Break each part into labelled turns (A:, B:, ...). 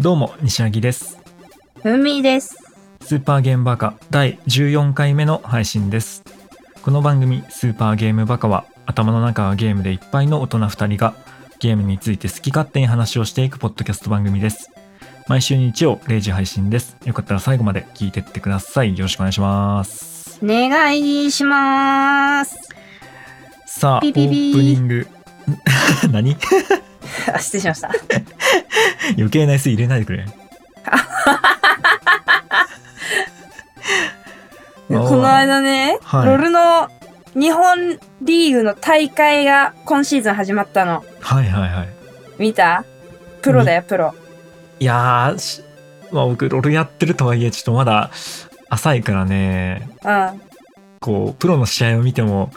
A: どうも西柳です
B: 海です。
A: スーパーゲームバカ第14回目の配信ですこの番組スーパーゲームバカは頭の中はゲームでいっぱいの大人2人がゲームについて好き勝手に話をしていくポッドキャスト番組です毎週日曜0時配信ですよかったら最後まで聞いてってくださいよろしくお願いします
B: お願いします。
A: さあ
B: ピ
A: オ
B: ピピ
A: ープニング 何
B: あ失礼しました。
A: 余計な椅子入れないでくれ
B: この間ね、
A: はい
B: ロールの日本リーグの大会が今シーズン始まったの。
A: はいはいはい
B: 見たプロだよ、プロ。
A: いやーし、まあ、僕ロールやってるとはいえちょっとまだ浅いからね
B: うん。あ
A: こうプロの試合を見て も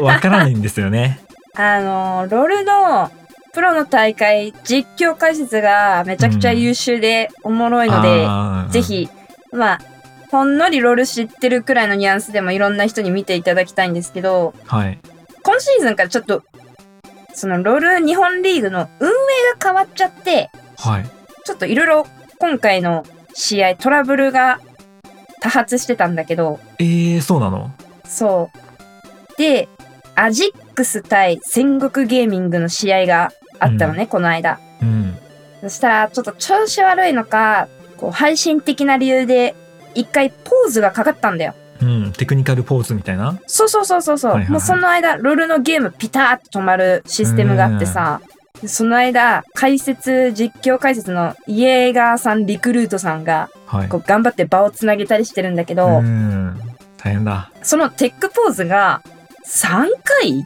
A: わからないんですよね。
B: のー、ロールのプロの大会、実況解説がめちゃくちゃ優秀でおもろいので、
A: あー
B: ぜ。ひ、まあ、ほんのりロール知ってるくらいのニュアンスでもいろんな人に見ていただきたいんですけど、
A: はい。
B: 今シーズンからちょっと、そのロール日本リーグの運営が変わっちゃって、
A: はい。
B: ちょっといろいろ今回の試合トラブルが多発してたんだけど、
A: えー、そうなの
B: そう。で、アジックス対戦国ゲーミングの試合があったのね、この間。
A: うん。
B: そしたら、ちょっと調子悪いのか、こう配信的な理由で、一回ポーズがかかったんだよ。
A: うん。テクニカルポーズみたいな。
B: そうそうそうそうそう、
A: はいはいはい
B: もうその間ロールのゲームピターッと止まるシステムがあってさ、でその間解説実況解説のイエーガーさんリクルートさんが
A: はい
B: こ。う頑張って場をつなげたりしてるんだけど、
A: うん。大変だ。
B: そのテックポーズが3回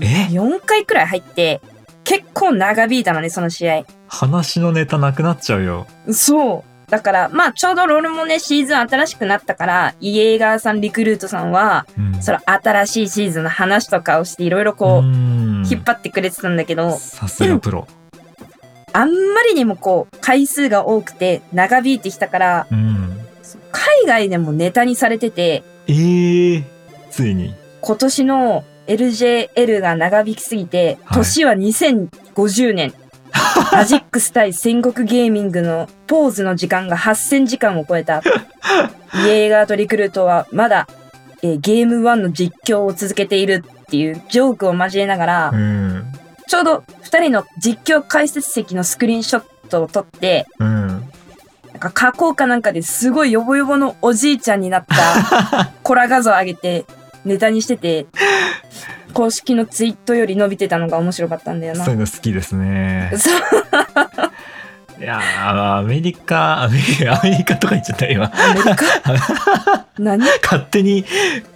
A: え
B: ?4 回くらい入って結構長引いたのねその試合
A: 話のネタなくなっちゃうよ。
B: そうだからまあちょうどロールもねシーズン新しくなったからイエーガーさんリクルートさんは
A: うん。
B: その新しいシーズンの話とかをしていろいろこ
A: う
B: う、
A: ん
B: 引っ張ってくれてたんだけど、
A: さすがプロ。
B: あんまりにもこう、回数が多くて長引いてきたから、
A: うん。
B: 海外でもネタにされてて、
A: えー、ついに。
B: 今年の LJL が長引きすぎて、
A: はい
B: 年は2050年。 マジックス対戦国ゲーミングのポーズの時間が8000時間を超えた。イエーガーとリクルートはまだ、えーゲーム1の実況を続けているっていうジョークを交えながら
A: う、ん。
B: ちょうど2人の実況解説席のスクリーンショットを撮って、
A: うん。
B: なんか加工かなんかですごいヨボヨボのおじいちゃんになった コラ画像上げてネタにしてて、公式のツイートより伸びてたのが面白かったんだよな
A: そうい。うの好きですね。
B: そう
A: いやーアメリカアメリカアメリカとか言っちゃった今
B: アメリカ 何
A: 勝手に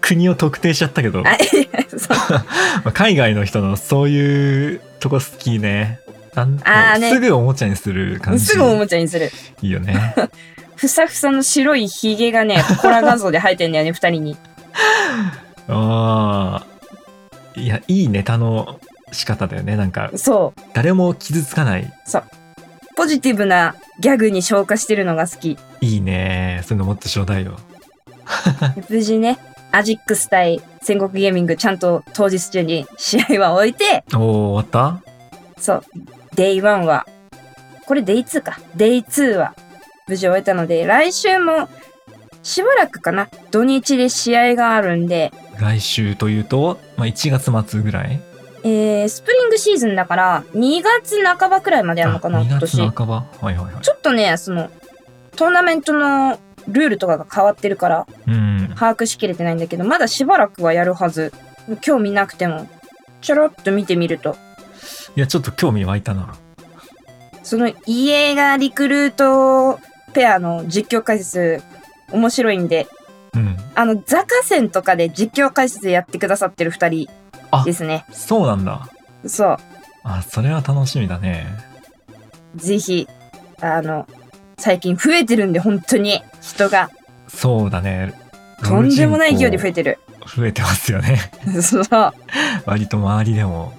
A: 国を特定しちゃったけど、ま
B: あ、いやそう
A: あ、海外の人のそういうとこ好きねなん
B: あーね
A: すぐおもちゃにする感じ
B: すぐおもちゃにする。
A: いいよね
B: ふさふさの白いヒゲがね、コラ画像で生えてんだよね、二人に。
A: あーいやいいネタの仕方だよねなんか
B: そう。
A: 誰も傷つかない
B: ポジティブなギャグに消化してるのが好 き。
A: いいねそういうのもっとちょうだいよ
B: 無事ね、アジックス対戦国ゲーミングちゃんと当日中に試合は終えて、
A: おー終わっ
B: そう。デイ1は、これデイ2か。デイ2は無事終えたので、来週もしばらくかな。土日で試合があるんで、
A: た来週というと、まあ、1月末ぐらい
B: えー、スプリングシーズンだから、2月半ばくらいまでやるのかな、
A: あ
B: 今
A: 2
B: 年。
A: 月
B: ちょ
A: 半ばはいはいはい
B: っとね、その、トーナメントのルールとかが変わってるから、
A: うん
B: 把握しきれてないんだけど、まだしばらくはやるはず。興味なくても、ちょろっと見てみると。
A: いやちょっと興味湧いたな
B: そのイエーガーリクルートペアの実況解説面白いんで、
A: うん
B: あの、ザカセンとかで実況解説やってくださってる二人
A: あ
B: ですね。
A: そうなんだ
B: そう。
A: あそれは楽しみだね
B: ぜひ、あの、最近増えてるんで、本当に。人が、
A: そうだね
B: とんでもない勢いで増え
A: て
B: てる。
A: 増えてますよね
B: そう。
A: 割と周りでも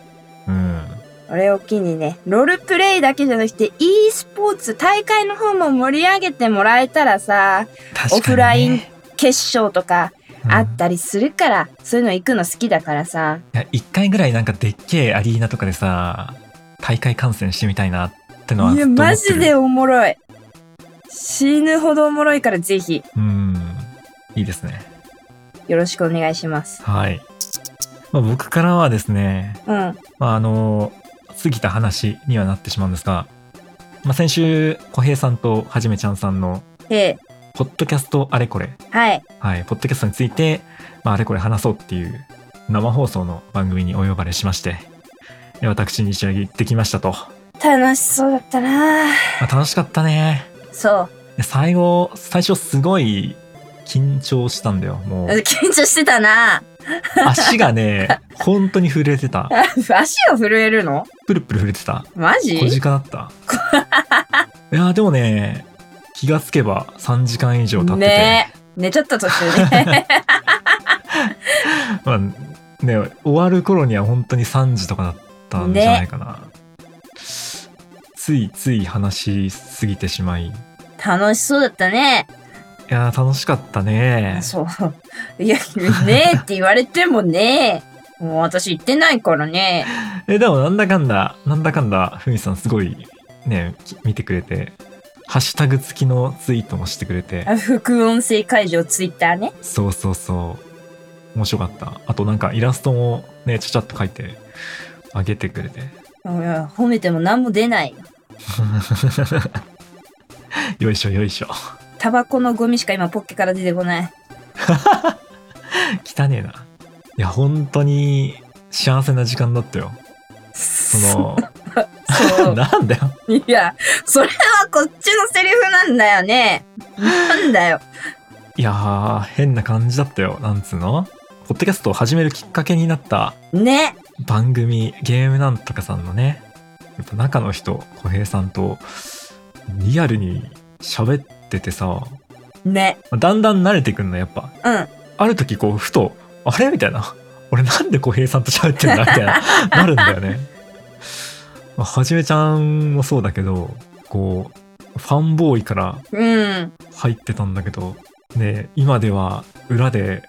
A: うん
B: これを機にね、ロールプレイだけじゃなくて、e スポーツ、大会の方も盛り上げてもらえたらさ、
A: 確かに、ね、
B: オフライン決勝とか
A: うん
B: あったりするから、そういうの行くの好きだからさ。
A: いや一回ぐらいなんかでっけえアリーナとかでさ大会観戦してみたいなってのはいずっ
B: や、
A: と思ってる
B: マジでおもろい。死ぬほどおもろいからぜひ
A: うんいいですね
B: よろしくお願いします。
A: はい、まあ、僕からはですね、
B: うん。
A: まあ、あの過ぎた話にはなってしまうんですが、まあ、先週小平さんとはじめちゃんさんの
B: ええ。
A: ポッドキャストあれこれ
B: はい。
A: はい、ポッドキャストについて、まあ、あれこれ話そうっていう生放送の番組にお呼ばれしまして、え私に一緒に行ってきましたと。ま
B: 楽しそうだったな
A: あ楽しかったね。
B: そう。
A: で最後、最初すごい緊張したんだよ。もう
B: 緊張してたな
A: 足がね、本当に震えてた。
B: 足が震えるの
A: プルプル震えてた。
B: マジ
A: 小鹿だ った。いやーでもね、気がつけば3時間以上経ってて、
B: ねえ。寝ちゃった途中で。
A: まあね、終わる頃には本当に3時とかだったんじゃないかな、ついつい話しすぎてしまいい
B: 楽しそうだったね。
A: やー楽しかったね
B: そう。いや、ねえって言われてもねえ。もう私言ってないからね。
A: えでもなんだかんだなんだかんだふみさんすごいねき見てくれてハッシュタグ付きのツイートもしてくれて
B: あ副音声解除ツイッターね。
A: そうそうそう面白かったあとなんかイラストもねちゃちゃっと描いてあげてくれて
B: うん褒めても何も出ない。
A: よいしょよいしょ
B: タバコのゴミしか今ポッケから出てこない。
A: 汚ねえな。いや、本当に幸せな時間だったよ。その、
B: そ う。
A: なんだよ。
B: いや、それはこっちのセリフなんだよね。なんだよ。
A: いやー、変な感じだったよ。なんつうのポッドキャストを始めるきっかけになった
B: ね。
A: 番組、ゲームなんとかさんのね、やっぱ中の人、小平さんと、リアルに喋っててさ、
B: ね。
A: だんだん慣れてくんの、やっぱ。
B: うん。
A: ある時、こう、ふと、あれみたいな。 俺なんで小平さんと喋ってんだみたいな、 なるんだよね。まあはじめちゃんもそうだけど、こう、ファンボーイから
B: うん。
A: 入ってたんだけど、ね、今では裏で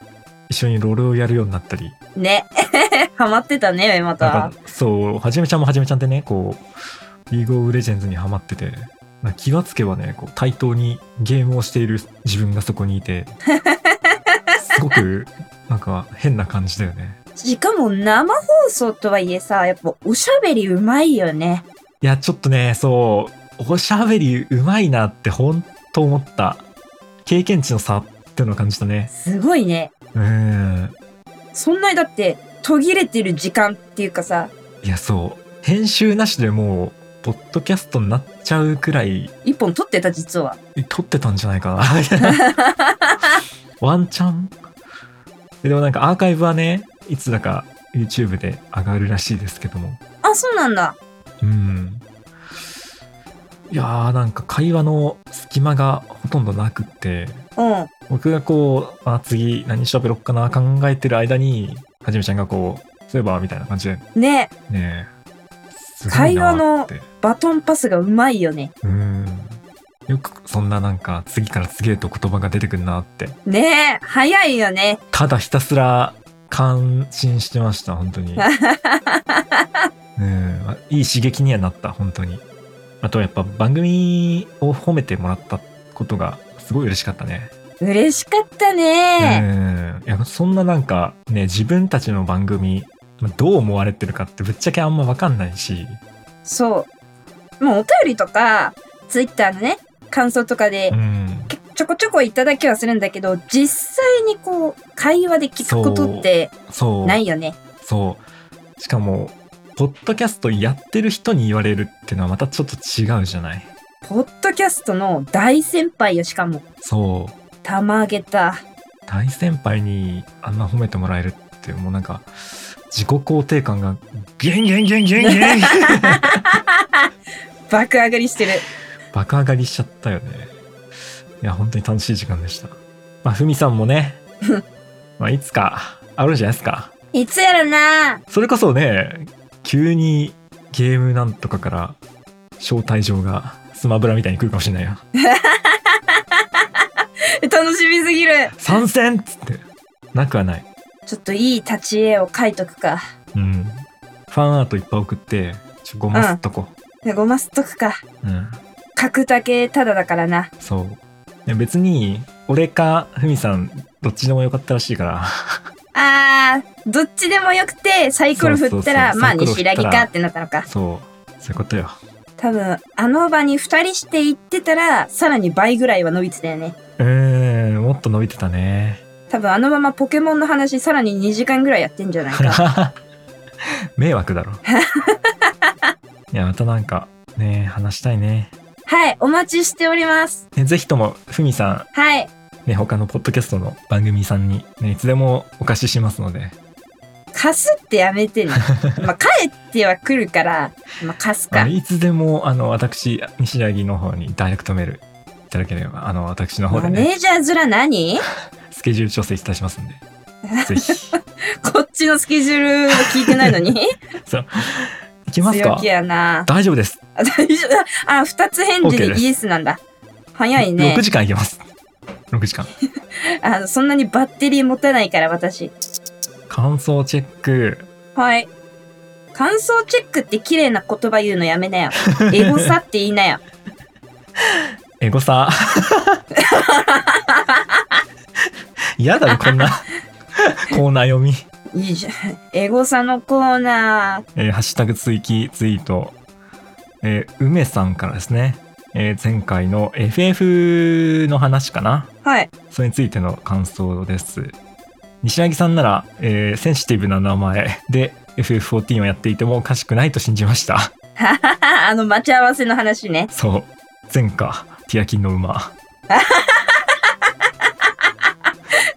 A: 一緒にロールをやるようになったり、
B: ね。 ハマってたね、ま
A: なん
B: た。
A: かそう、はじめちゃんもはじめちゃんってね、こう、リーグオブレジェンズにハマってて、なんか気がつけばね、こう対等にゲームをしている自分がそこにいて、すごくなんか変な感じだよね。
B: しかも生放送とはいえさ、やっぱおしゃべりうまいよね。
A: いや、ちょっとね、そう、おしゃべりうまいなって本当思った。経験値の差っていうのを感じたね。
B: すごいね。
A: うん。
B: そんなにだって途切れてる時間っていうかさ、
A: いや、そう。編集なしでもう、ポッドキャストになっちゃうくらい、
B: 一本撮ってた実は。
A: 撮ってたんじゃないかな。ワンチャンでもなんかアーカイブはね、いつだか YouTube で上がるらしいですけども。
B: あ、そうなんだ。
A: うん。いやーなんか会話の隙間がほとんどなくって、
B: うん。
A: 僕がこう、あ、次何しゃべろっかな、考えてる間に、はじめちゃんがこう、そういえば、みたいな感じで、
B: ね
A: ねえ、すごいなーって。
B: バトンパスがうまいよね。
A: うん。よくそんななんか、次から次へと言葉が出てくるなって。
B: ねえ、早いよね。
A: ただひたすら、感心してました、本当に。うん、あいい刺激にはなった、本当に。あとやっぱ番組を褒めてもらったことが、すごい嬉しかったね。
B: 嬉しかったね。
A: うんいやそんななんかね自分たちの番組まあどう思われてるかってぶっちゃけあんま分かんないし
B: そう。もうお便りとか、ツイッターのね、感想とかで
A: う、ん
B: けちょこちょこいただきはするんだけど、実際にこう、会話で聞くことって
A: そう
B: ないよね。
A: そうしかもポッドキャストやってる人に言われるってのはまたちょっと違うじゃない
B: ポッドキャストの大先輩よ、しかも。
A: そう
B: たまげた。
A: 大先輩にあんな褒めてもらえるってもうなんか自己肯定感がギュンギュンギュンギュンギュン
B: 爆上がりしてる。
A: 爆上がりしちゃったよねいや本当に楽しい時間でしたまあふみさんも ねまあいつかあるじゃないですか
B: いつやろな
A: それこそね急にゲームなんとかから招待状がスマブラみたいに来るかもしれないよ
B: 楽しみすぎる。
A: 参戦っつってなくはない
B: ちょっといい立ち絵を描いとくか。
A: うんファンアートいっぱい送ってちょごますっとこ
B: ごますっとくか。
A: う、うん
B: 角竹ただだからな。
A: そう。ね別に、俺か、ふみさん、どっちでもよかったらしいから。
B: あー、どっちでもよくて、サイコロ振ったら、
A: そうそうそう
B: まあ、
A: サイコロ振
B: 西
A: ったら
B: ラギかってなったのか。
A: そう。そういうことよ。
B: 多分、あの場に二人して行ってたら、さらに倍ぐらいは伸びてたよね。
A: うーん、もっと伸びてたね。
B: 多分、あのままポケモンの話、さらに2時間ぐらいやってんじゃないか。
A: 迷惑 だろ。いや、またなんか、ね話したいね。
B: はい、お待ちしております。
A: ねぜひとも、ふみさ
B: はい、
A: ん、ね、他のポッドキャストの番組さんに、ね、いつでもお貸ししますので。
B: 貸すってやめて ね。まあ、帰っては来るから、まあ、貸す
A: あ
B: か
A: の。いつでも、あの、私、西柳の方にダイレクトメールいただければ、あの、私の方で
B: マ
A: ね、
B: ネージャー面何
A: スケジュール調整いたしますんで。ぜひ。
B: こっちのスケジュール 聞いてないのに
A: いきます
B: 強
A: か
B: 気やな。
A: 大丈夫です。
B: あ、大丈夫あ、二つ返事
A: OK
B: で
A: です
B: イエスなんだ。早いね
A: 6。時間いけます。6時間。
B: あの、そんなにバッテリー持たないから、私。
A: 感想チェック。
B: はい。感想チェックって綺麗な言葉言うのや めなよ。エゴサって言いなよ。
A: エゴサ。嫌だろ、こんな。コーナー読み。
B: いいじゃん。エゴサのコーナー。
A: えーハッシュタグ追記ツイート。えー梅さんからですね。えー前回の FF の話かな
B: はい。
A: それについての感想です。西柳さんなら、えーセンシティブな名前で FF14 をやっていてもおかしくないと信じました。
B: あの、待ち合わせの話ね。
A: そう。前科、ティアキンの馬。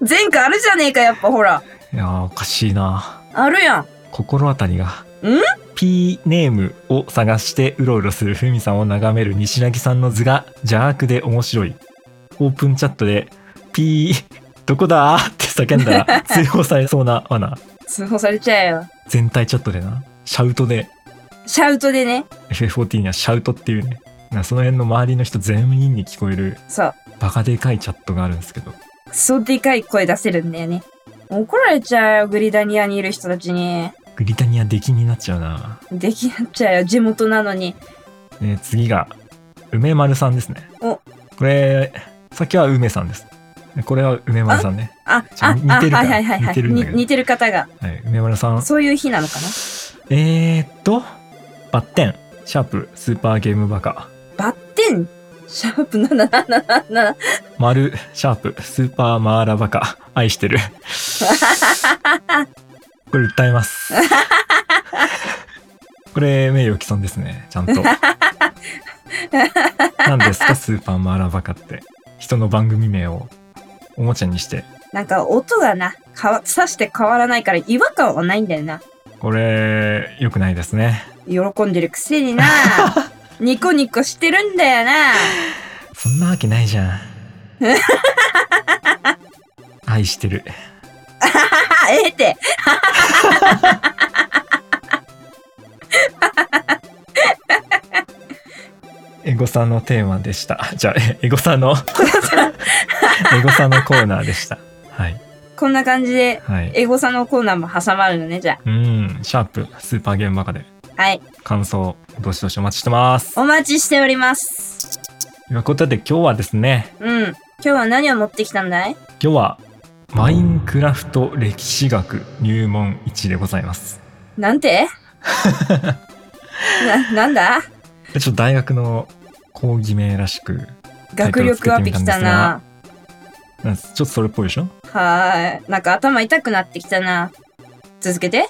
B: 前回あるじゃねえか、やっぱほら。
A: いやー、おかしいな。
B: あるやん。
A: 心当たりが。
B: ん
A: ?P ネームを探してうろうろするふみさんを眺める西柳さんの図が邪悪で面白い。オープンチャットで、P、どこだーって叫んだら通報されそうな罠。
B: 通報されちゃえよ。
A: 全体チャットでな。シャウトで
B: シャウトでね。
A: FF14 にはシャウトっていうねなその辺の周りの人全員に聞こえる
B: そう。
A: バカでかいチャットがあるんですけど
B: クソでかい声出せるんだよね。怒られちゃうよ、グリダニアにいる人たちに。
A: グリタニア出禁になっちゃうな、
B: できなっちゃうよ、地元なのに。
A: えー次が梅丸さんですね
B: お
A: これ先は梅さんですこれは梅丸さんね、
B: あ、
A: ちょ
B: あ、
A: 似てる
B: あ、
A: から
B: はいはいはいは
A: 似
B: い。
A: てるんだ
B: に
A: けど
B: 似てる方が。
A: はい、梅丸さん
B: そういう日なのかな
A: えー、っとバッテンシャープスーパーゲームバカ
B: バッテンシャープ7777。
A: 丸シャープスーパーマーラバカ愛して るこれ訴えますこれ名誉毀損ですねちゃん と何ですかスーパーマーラバカって人の番組名をおもちゃにして
B: なんか音がな、かわ、刺して変わらないから違和感はないんだよな。
A: これ良くないですね
B: 喜んでるくせ にな。ニコニコしてるんだよな。
A: そんなわけないじ ゃん愛してる
B: あ、ええって。
A: エゴサのテーマでした。じゃあ、えエゴサのエゴサのコーナーでした。はい。
B: こんな感じで、
A: はい。
B: エゴサのコーナーも挟まるのね、じゃ
A: うん、シャープ、スーパーゲームバカで、
B: あ。はい。
A: 感想、どしどしお待ちしてます。
B: お待ちしております。
A: ということで、今日はですね、
B: うん。今日は何を持ってきたんだい
A: 今日は、マインクラフト歴史学入門1でございます。
B: な んてな、なんだ
A: ちょっと大学の講義名らしく、
B: 学力アップきたな。
A: なんかちょっとそれっぽいでしょ
B: はーい。なんか頭痛くなってきたな。続けて。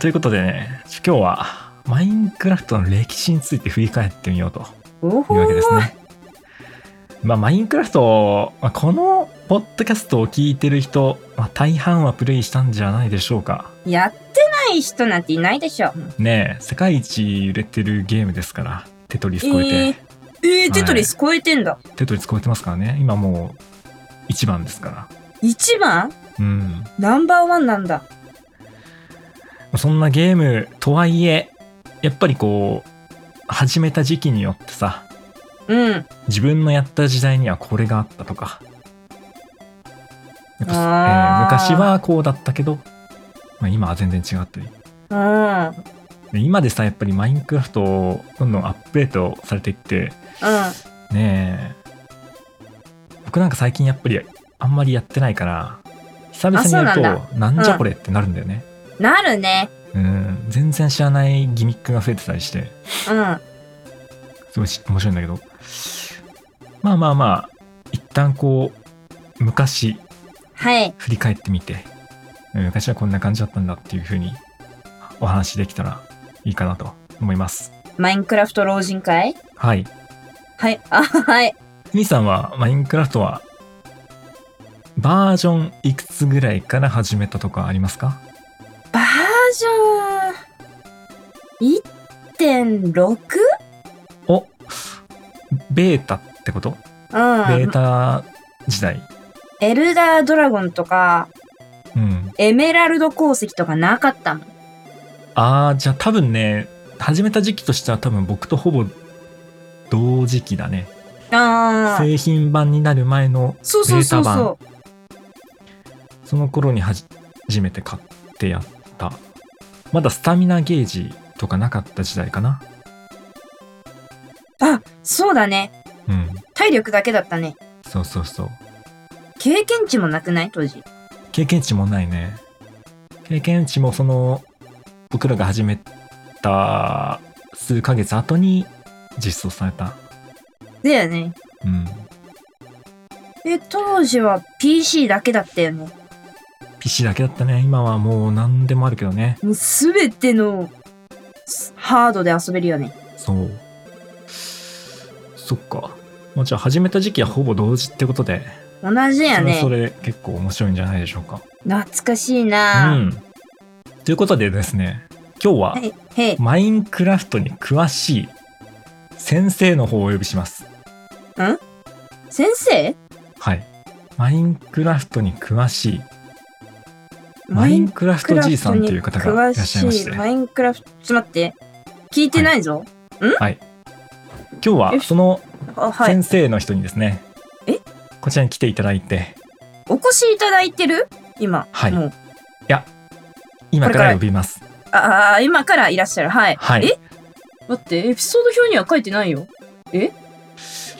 A: ということでね、ちょ今日は、マインクラフトの歴史について振り返ってみようと
B: お
A: という
B: ほ
A: わけです
B: ー。
A: ね。まあ、マインクラフト、まあ、このポッドキャストを聞いてる人、まあ、大半はプレイしたんじゃないでしょうか。
B: やってない人なんていないでしょ。
A: ねえ、世界一売れてるゲームですから、テトリス超えて、
B: えー、えー、テトリス超えてんだ。
A: テトリス超えてますからね。今もう1番ですから。
B: 一番
A: うん。
B: ナンバーワンなんだ。
A: そんなゲームとはいえ、やっぱりこう、始めた時期によってさ、
B: うん。
A: 自分のやった時代にはこれがあったとかやっぱ、
B: あー
A: えー昔はこうだったけど、まあ、今は全然違ったり
B: うん。うん。
A: で今でさやっぱりマインクラフトどんどんアップデートされていってねえ僕なんか最近やっぱりあんまりやってないから久々にやると
B: あそう
A: な
B: なん
A: じゃこれってなるんだよね、
B: なるね。
A: うん全然知らないギミックが増えてたりして
B: うん。
A: すごいし面白いんだけどまあまあまあ一旦こう昔
B: はい。
A: 振り返ってみてうん昔はこんな感じだったんだっていう風にお話できたらいいかなと思います
B: マインクラフト老人会
A: はい
B: はい。あ、はい。
A: みーさんはマインクラフトはバージョンいくつぐらいから始めたとかありますか
B: バージョン 1.6?
A: おベータってことベ
B: う
A: ー
B: ん。
A: タ時代
B: エルダードラゴンとか、
A: うん
B: エメラルド鉱石とかなかったもん。
A: ああじゃあ多分ね始めた時期としては多分僕とほぼ同時期だね
B: あー。
A: 製品版になる前の
B: そうそうそう
A: ベータ版
B: そ
A: その頃にはじ初めて買ってやったまだスタミナゲージとかなかった時代かな
B: う。あ、そうだね。
A: うん
B: 体力だけだったね。
A: そうそうそう
B: 経験値もなくない当時。
A: 経験値もないね経験値もその僕らが始めた数ヶ月後に実装された
B: だよね。
A: うん
B: え、当時は PC だけだったよね。
A: PC だけだったね今はもう何でもあるけどね
B: もうすべてのすハードで遊べるよね。
A: そうそっかまあじゃあ始めた時期はほぼ同時ってことで
B: 同じ
A: それ
B: や
A: は
B: ね
A: そ。れ結構面白いんじゃないでしょうか
B: 懐かしいうなぁ。
A: ん。ということでですね、今日は
B: はい、へい。
A: マインクラフトに詳しい先生の方をお呼びします。
B: 先生
A: はい。マインクラフトに詳しい、マ
B: マ
A: イ
B: イ
A: ン
B: ン
A: クラフ
B: ク
A: ト
B: ラフト
A: じい
B: に
A: さんという方がいらっしゃいまして、
B: 詳
A: 今
B: マインクラフト、ちょっと待って。聞いてないぞ。
A: 日はその
B: あ、はい。
A: 先生の人にですね、
B: え
A: こちらに来ていただいて、
B: お越しいただいてる今。
A: はい
B: もう
A: 今か
B: これから
A: ら呼びます。
B: ああ、今からいらっしゃる。はい。
A: はい
B: え待って、エピソード表には書いてないよ。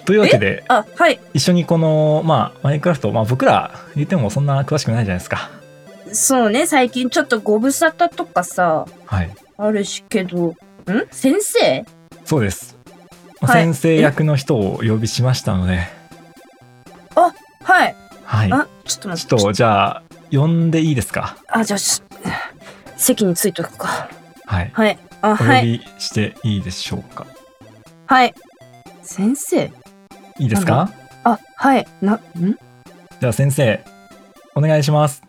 A: というわけで、
B: あ、はい。
A: 一緒にこの、まあ、マインクラフト、まあ僕ら言ってもそんな詳しくないじゃないですか。
B: そうね、最近ちょっとご無沙汰とかさ、
A: はい。
B: あるしけど。ん先生
A: そうです。まあ
B: はい
A: 先生役の人をお呼びしましたので、
B: はい。
A: はい。
B: あ、ちょっと待
A: ち
B: って。
A: ょっとじゃあ呼んでいいですか
B: あ、じゃあし、席についとくか。
A: はい
B: はい。あ、
A: お呼
B: はい。
A: びしていいでしょうか、
B: はい。先生
A: い、いです
B: な
A: か
B: あ、はい。な、ん
A: じゃあ先生お願いします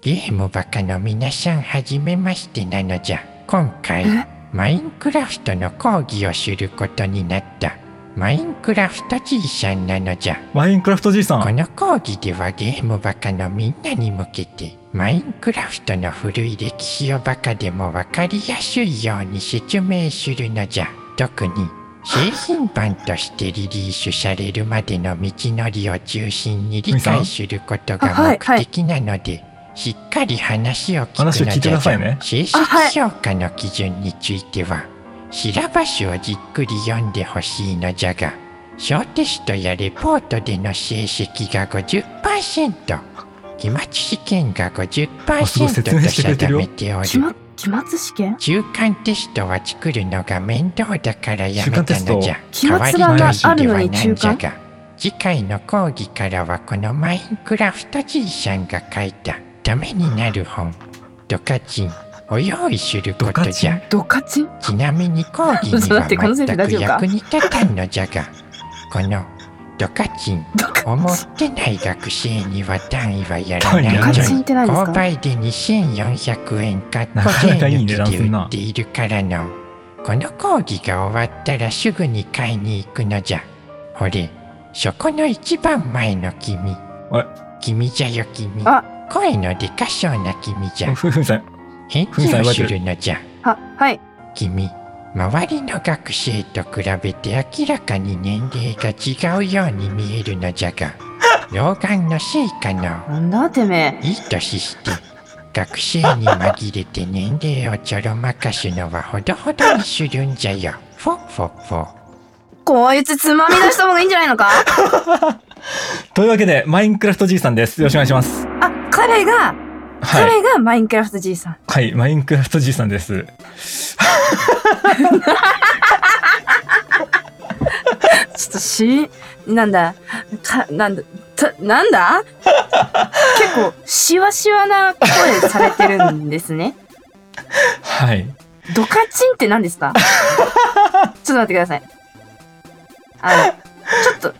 C: ゲームバカの皆さんはじめましてなのじゃ今回
B: え
C: マインクラフトの講義をすることになったマインクラフトじいさんなのじゃ
A: マインクラフトじいさ
C: こ
A: ん
C: の講義ではゲームバカのみんなに向けてマインクラフトの古い歴史をバカでもわかりやすいように説明するのじゃ特に製品版としてリリースされるまでの道のりを中心に理解すること
B: あは
C: が
B: いは
C: 目
B: い
C: 的なので、しっかり話を聞くの
A: 話を聞いて
C: じ
A: くだ
C: ゃ
A: さいね
C: 正式
B: あはい
C: 評価の基準についてはシラバスをじっくり読んでほしいのじゃが小テストやレポートでの成績が50%期末試験が
A: あすごい
C: 50%
A: 説明してくれ
C: と
A: てる
C: 定
A: よ
C: めてお
B: 期
C: り
B: 末、期末試験
C: 中間テストは作るのが面倒だからやめた
A: 中間テ
C: のじ
A: ス
C: ゃ
B: 期末版があるのに中間
C: 代わりの意味ではないんじゃが次回の講義からはこのマインクラフトじいさんが書いたためになる本ドカチンを用意することじゃ
B: ドカチン
C: ちなみに講義に
B: 嘘だってこの
C: は
B: 先生
C: 全
B: 大丈
C: く
B: 夫か
C: 役に立たんのじゃがこのドカチン
B: ドカ
C: 思ってない学生には単位はやら
A: 単位やらな
C: な
A: いい
C: のに
B: ってな
C: 購買で2400円かっこ
A: なかなかいい
C: 税
A: 値段
C: 抜き
A: すん
C: で売
A: な
C: っているからのこの講義が終わったらすぐに買いに行くのじゃほれそこの一番前の君
A: あ
C: 君じゃよ君
B: あ
C: 声のでかそうな君じゃ
A: ふふみさん
C: 返
A: ふみ
C: 事
A: さん
C: を
A: 言われ
C: す
A: てる
C: るのじゃ
B: は、はい。
C: 君周りの学生と比べて明らかに年齢が違うように見えるのじゃが 老眼のせいかの
B: なんだてめ
C: いい年して学生に紛れて年齢をちょろまかすのはほどほどにするんじゃよ。フォッフォッフォ。
B: こういうつつまみ出した方がいいんじゃないのか
A: というわけで、マインクラフトじいさんです。よろしくお願いします。
B: あ、彼が、
A: はい。
B: 彼がマインクラフトじいさん。
A: はい、マインクラフトじいさんです。
B: ちょっとし、なんだ、か、なんだ、たなん だ結構、しわしわな声されてるんで すね。
A: はい。
B: ドカチンって何で すかちょっと待ってください。あの、ちょっと、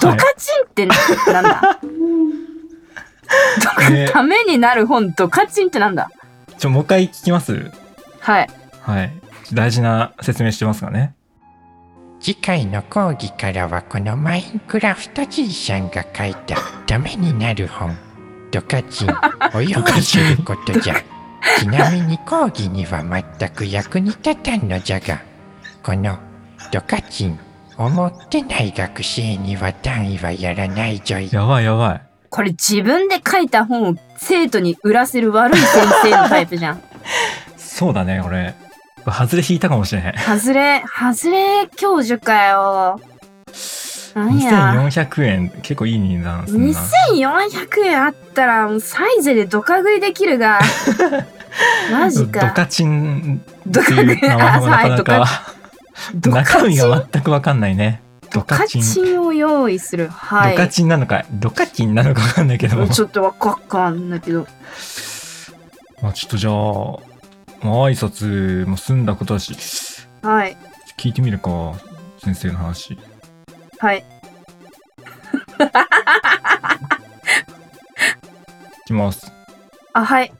B: ド
A: は
B: カ
A: い
B: チンってなんだ、
A: ね
B: ためになる本、ドカチンってなんだ
A: ちょ、もう一回聞きます
B: はい。
A: はい。大事な説明してますがね。
C: 次回の講義からはこのマインクラフトじいさんが書いたためになる本「ドカチン」を用意することじゃちなみに講義には全く役に立たんのじゃがこの「ドカチン」を持ってない学生には単位はやらないぞい
A: やばいやばい。
B: これ自分で書いた本を生徒に売らせる悪い先生のタイプじゃん。
A: そうだね、これ。これ外れ引いたかもしれへん。
B: 外れ、外れ教授かよ。なんや。
A: 2400円、結構いい値段すんな。
B: 2400円あったらもうサイゼでドカ食いでき るが。マジ
A: ド
B: か。
A: カチンっていう名前もなかな
B: ドカ
A: か
B: ドカ
A: 中
B: チ
A: 身
B: ン
A: が全くわかんないね。ド
B: ド
A: カ
B: カ
A: チン。
B: チンを用意する。は
A: ドカ
B: い。
A: チンなのか、ドカチンなのかわかんないけども。
B: ちょっとわかんないけど。
A: まあちょっとじゃあ、まあ挨拶も済んだことだし、
B: はい。
A: 聞いてみるか、先生の話。
B: はい。
A: いきます。
B: あ、はい。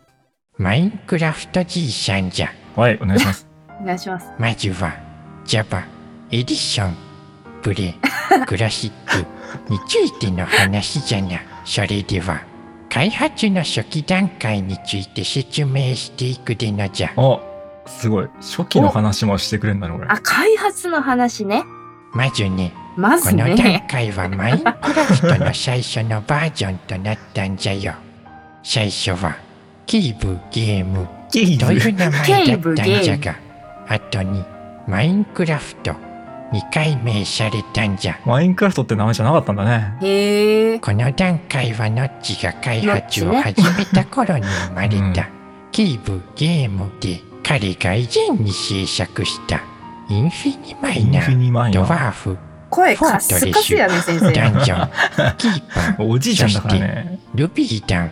C: マインクラフトじいさんじゃ
A: はい、お願いし ます。
B: お願いします。
C: まずは Java エディションプレイクラシックについての話じゃなそれでは開発の初期段階について説明していくでのじゃ
A: あ、すごい。初期の話もしてくれるんだね、これ。
B: あ、開発の話ね。
C: まずね
B: ま
C: こ
B: ず
C: の段
B: ね。
C: 階はマインクラフトの最初のバージョンとなったんじゃよ最初はキーブゲーム
A: ゲイ
C: という名前だ
B: ケ
C: っ
B: イブ
C: たん
B: ゲ
C: じ
B: ー
C: ゃ
B: ム
C: が後にマインクラフトに改名されたんじゃ
A: マインクラフトって名前じゃなかったんだね。
B: へえ。
C: この段階はノッチが開発を始めた頃に生まれ
A: ノッチ
C: た
A: ね
C: キーブゲームで彼が以前に制作したインフィニマ
A: イ
C: イ
A: ン
C: ナ
A: フィ
C: ー、
A: ニマイ
C: ド
A: ナ
C: ワ
A: ー。
C: ーフ、
B: 声カッスカスやね、先生。
C: ダンジョ ン、キーパー、
A: おじいちゃんだからね。
C: ルビーダン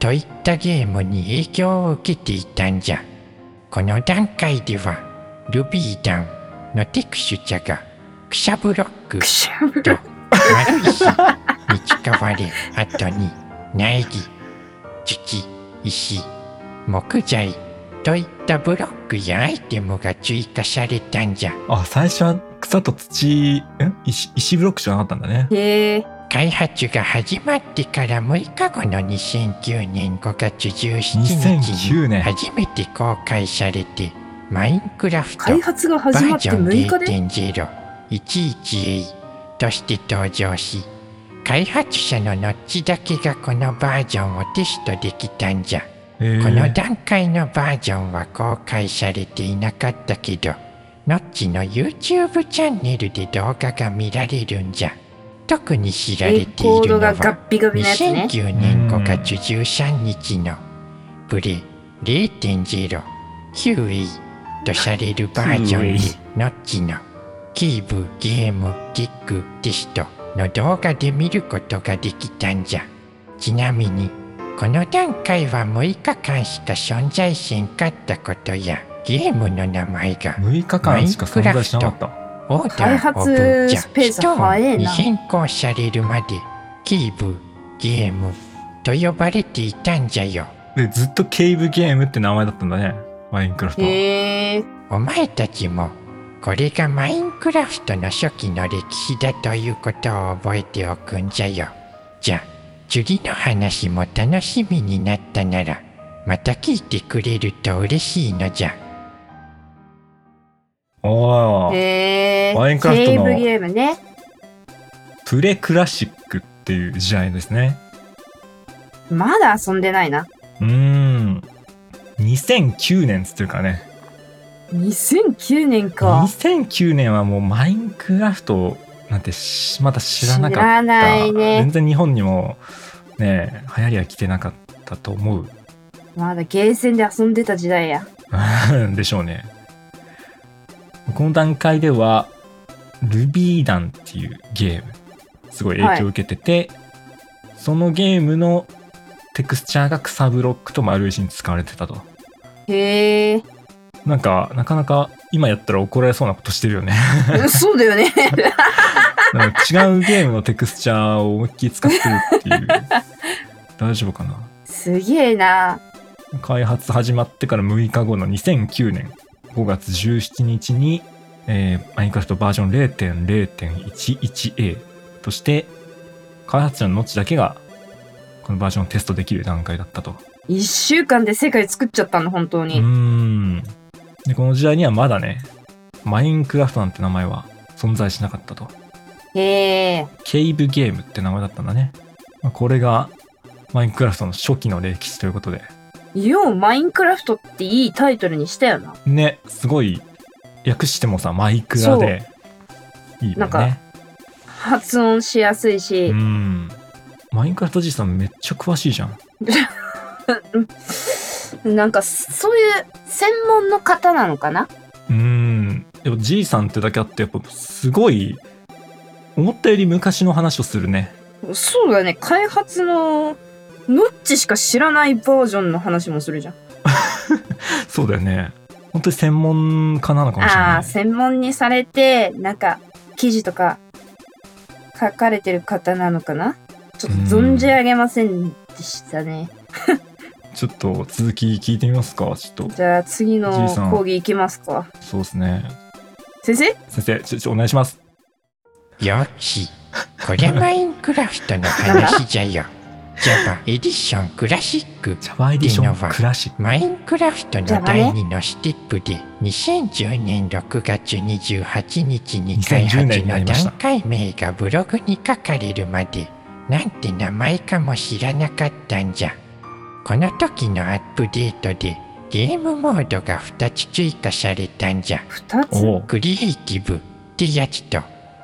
C: といったゲームに影響を受けていたんじゃ。この段階ではルビーダンのテクスチャが草ブロック、
B: くしゃぶ
C: と丸石に使われ後に苗木土石木材といったブロックやアイテムが追加されたんじゃ
A: あ、最初は草と土、え石石ブロックじゃなかったんだね。
B: へえ。
C: 開発が始まってから6日後の2009年5月17日
A: 2009
C: に
A: 年。
C: 初めて公開されてマインクラフト
D: 開発が
C: バ
D: 始まっ
C: ー
D: て
C: ジョン
D: 6日で
C: 0.011A として登場し開発者のノッチだけがこのバージョンをテストできたんじゃ、
A: え
C: この
A: ー、
C: 段階のバージョンは公開されていなかったけどノッチの YouTube チャンネルで動画が見られるんじゃ特に知られ
D: レ
C: てい
D: コー
C: る
D: ド
C: のは
D: がガッビガビのやつね。
C: 2009年5月13日のプレ0.09位とされるバージョンにノッチのキーブゲームキックテストの動画で見ることができたんじゃちなみにこの段階は6日間しか存在しんかったことやゲームの名前が
A: 6日間しか存在しなかった。
C: オー
B: 開
C: ダーオブジ
B: 発
C: ャ
B: スペース
C: スト
B: 早
C: ー
B: え
C: ンに
B: な。
C: 変更されるまでキーブゲームと呼ばれていたんじゃよ
A: で、ずっとケイブゲームって名前だったんだね。マインクラフトは。
B: へえ。
C: お前たちもこれがマインクラフトの初期の歴史だということを覚えておくんじゃよじゃあ次の話も楽しみになったならまた聞いてくれると嬉しいのじゃ
A: おー
B: へえ。
A: マインクラフトの
B: セーブゲームね。
A: プレクラシックっていう時代ですね。
B: まだ遊んでないな。
A: うーん。2009年っつってるからね。
B: 2009年か。
A: 2009年はもうマインクラフトなんてしまだ知らなかった
B: 知らないね
A: 全然日本にもね流行りは来てなかったと思う
B: まだゲーセンで遊んでた時代や。
A: でしょうねこの段階ではルビーダンっていうゲームすごい影響を受けてて、そのゲームのテクスチャーが草ブロックと丸石に使われてたと
B: へえ。
A: なんかなかなか今やったら怒られそうなことしてるよね
B: うん そうだよね。
A: なんか違うゲームのテクスチャーを思いっきり使ってるっていう。大丈夫かな
B: すげえな。
A: 開発始まってから6日後の2009年5月17日に、えーマインクラフトバージョン 0.0.11a として、開発者の後だけがこのバージョンをテストできる段階だったと。
B: 一週間で世界作っちゃったの、本当
A: うー
B: に。
A: ん。で、この時代にはまだね、マインクラフトなんて名前は存在しなかったと。
B: へえ。
A: ケイブゲームって名前だったんだね。まあこれがマインクラフトの初期の歴史ということで。
B: よう、マインクラフトっていいタイトルにしたよな。
A: ね、すごい、訳してもさ、マイクラで、いいよ
B: なんか
A: ね。
B: 発音しやすいし
A: う。ん。マインクラフトじいさんめっちゃ詳しいじゃん。
B: なんか、そういう専門の方なのかな
A: うん。やっぱじいさんってだけあって、やっぱすごい、思ったより昔の話をするね。
B: そうだね。開発の、ノッチしか知らないバージョンの話もするじゃん。
A: そうだよね。本当に専門家なのかもしれ
B: あ
A: な
B: あ、
A: い。
B: 専門にされて、なんか、記事とか、書かれてる方なのかなちょっと存じ上げませんでしたね。
A: ちょっと続き聞いてみますか。ちょっと、
B: じゃあ次の
A: じいさん
B: 講義行きますか。
A: そうですね。
B: 先生
A: 先生、ちょ、ちょ、お願いします。
C: よし。こりゃマインクラフトの話じ ゃよ。Java エディションクラシック
A: ジャバエディションクラシック。
C: マインクラフトの第2のステップで2010年6月28日に
A: 2010
C: 開発
A: 年にな
C: の
A: りました
C: 段階名がブログに書かれるまでなんて名前かも知らなかったんじゃこの時のアップデートでゲームモードが2つ追加されたんじゃ
B: 二つ
A: おう
C: クリエイティブってやつと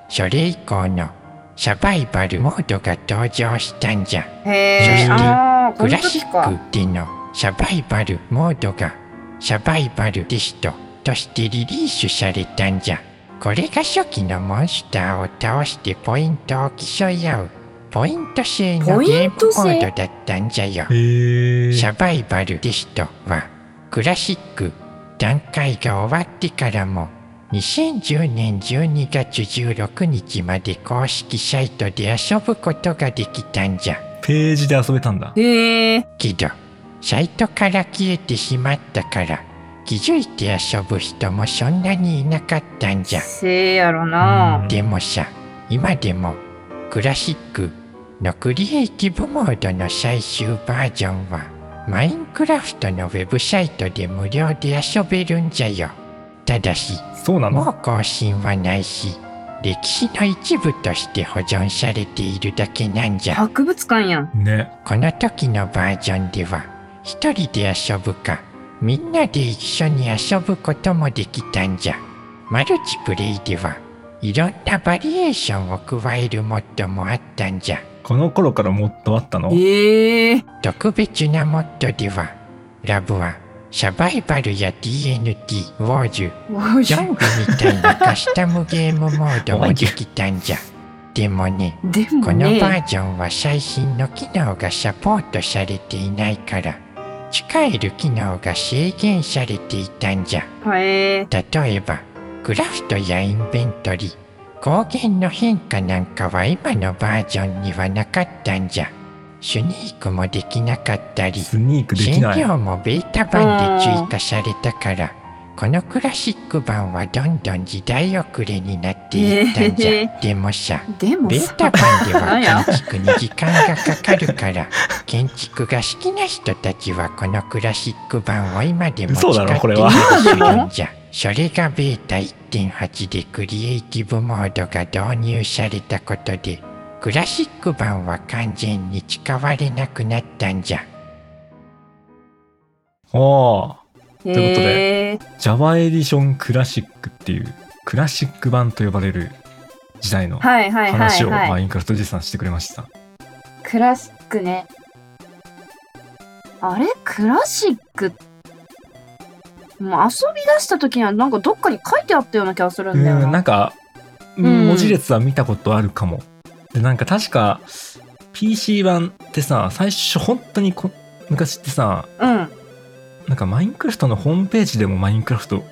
C: それ以降のサバイバルモードが登場したんじゃ
B: へえ
C: そし、て
B: ああ、こ
C: ク
B: の
C: ラシ
B: 時
C: ッ
B: か。
C: クでのサバイバルモードがサバイバルリストとしてリリースされたんじゃ。これが初期のモンスターを倒してポイントを競い合うポイント制の
B: ポイ
C: ゲー
B: ン
C: ム
B: ト制
C: モードだったんじゃよ。
A: へえ。
C: サバイバルリストはクラシック段階が終わってからも2010年12月16日まで公式サイトで遊ぶことができたんじゃ。
A: ページで遊べたんだ。
B: へえ、
C: けどサイトから消えてしまったから気づいて遊ぶ人もそんなにいなかったんじゃ
B: せえやろな。
C: でもさ今でもクラシックのクリエイティブモードの最終バージョンはマインクラフトのウェブサイトで無料で遊べるんじゃよただし
A: そうな
C: も
A: の
C: う更新はないし歴史の一部として保存されているだけなんじゃ
B: 博物館やん。
A: ね。
C: この時のバージョンでは一人で遊ぶかみんなで一緒に遊ぶこともできたんじゃマルチプレイではいろんなバリエーションを加えるモッドもあったんじゃ
A: この頃からもっとあったの
B: へえ、
C: 特別なモッドではラブはサバイバルや DNT ウォージュ
B: おい
C: ジョンビみたいなカスタムゲームモードもできたんじゃでもね
B: でも
C: このバ
B: ね、
C: ージョンは最新の機能がサポートされていないから使える機能が制限されていたんじゃ
B: へえ、
C: 例えばクラフトやインベントリー光源の変化なんかは今のバージョンにはなかったんじゃスニークもできなかったり
A: スニークでき
C: 専
A: ない。
C: 用もベータ版で追加されたからこのクラシック版はどんどん時代遅れになっていったんじ
B: へ
C: ゃでもさ
B: でも
C: ベー
B: さ、
C: タ版で
B: なんや
C: は建築に時間がかかるから建築が好きな人たちはこのクラシック版を今でも使
A: 嘘
C: っ
A: だ
C: て
A: ろこれ
C: い
A: は
C: るんじゃそれがベータ1.8でクリエイティブモードが導入されたことでクラシック版は完全に使われなくなったんじゃ
A: おー
B: と
A: いうことで
B: え
A: ジャワエディションクラシックっていうクラシック版と呼ばれる時代の
B: はいはいは
A: 話
B: い
A: をマ
B: はい。
A: インクラフトじいさんしてくれました。
B: クラシックね。あれクラシックもう遊び出した時にはなんかどっかに書いてあったような気がする
A: うん
B: だよな。
A: ん、なんか、
B: うん
A: 文字列は見たことあるかも。で、なんか確か PC 版ってさ、最初本当にこ昔ってさ、
B: うん。
A: なんかマインクラフトのホームページでもマインクラフト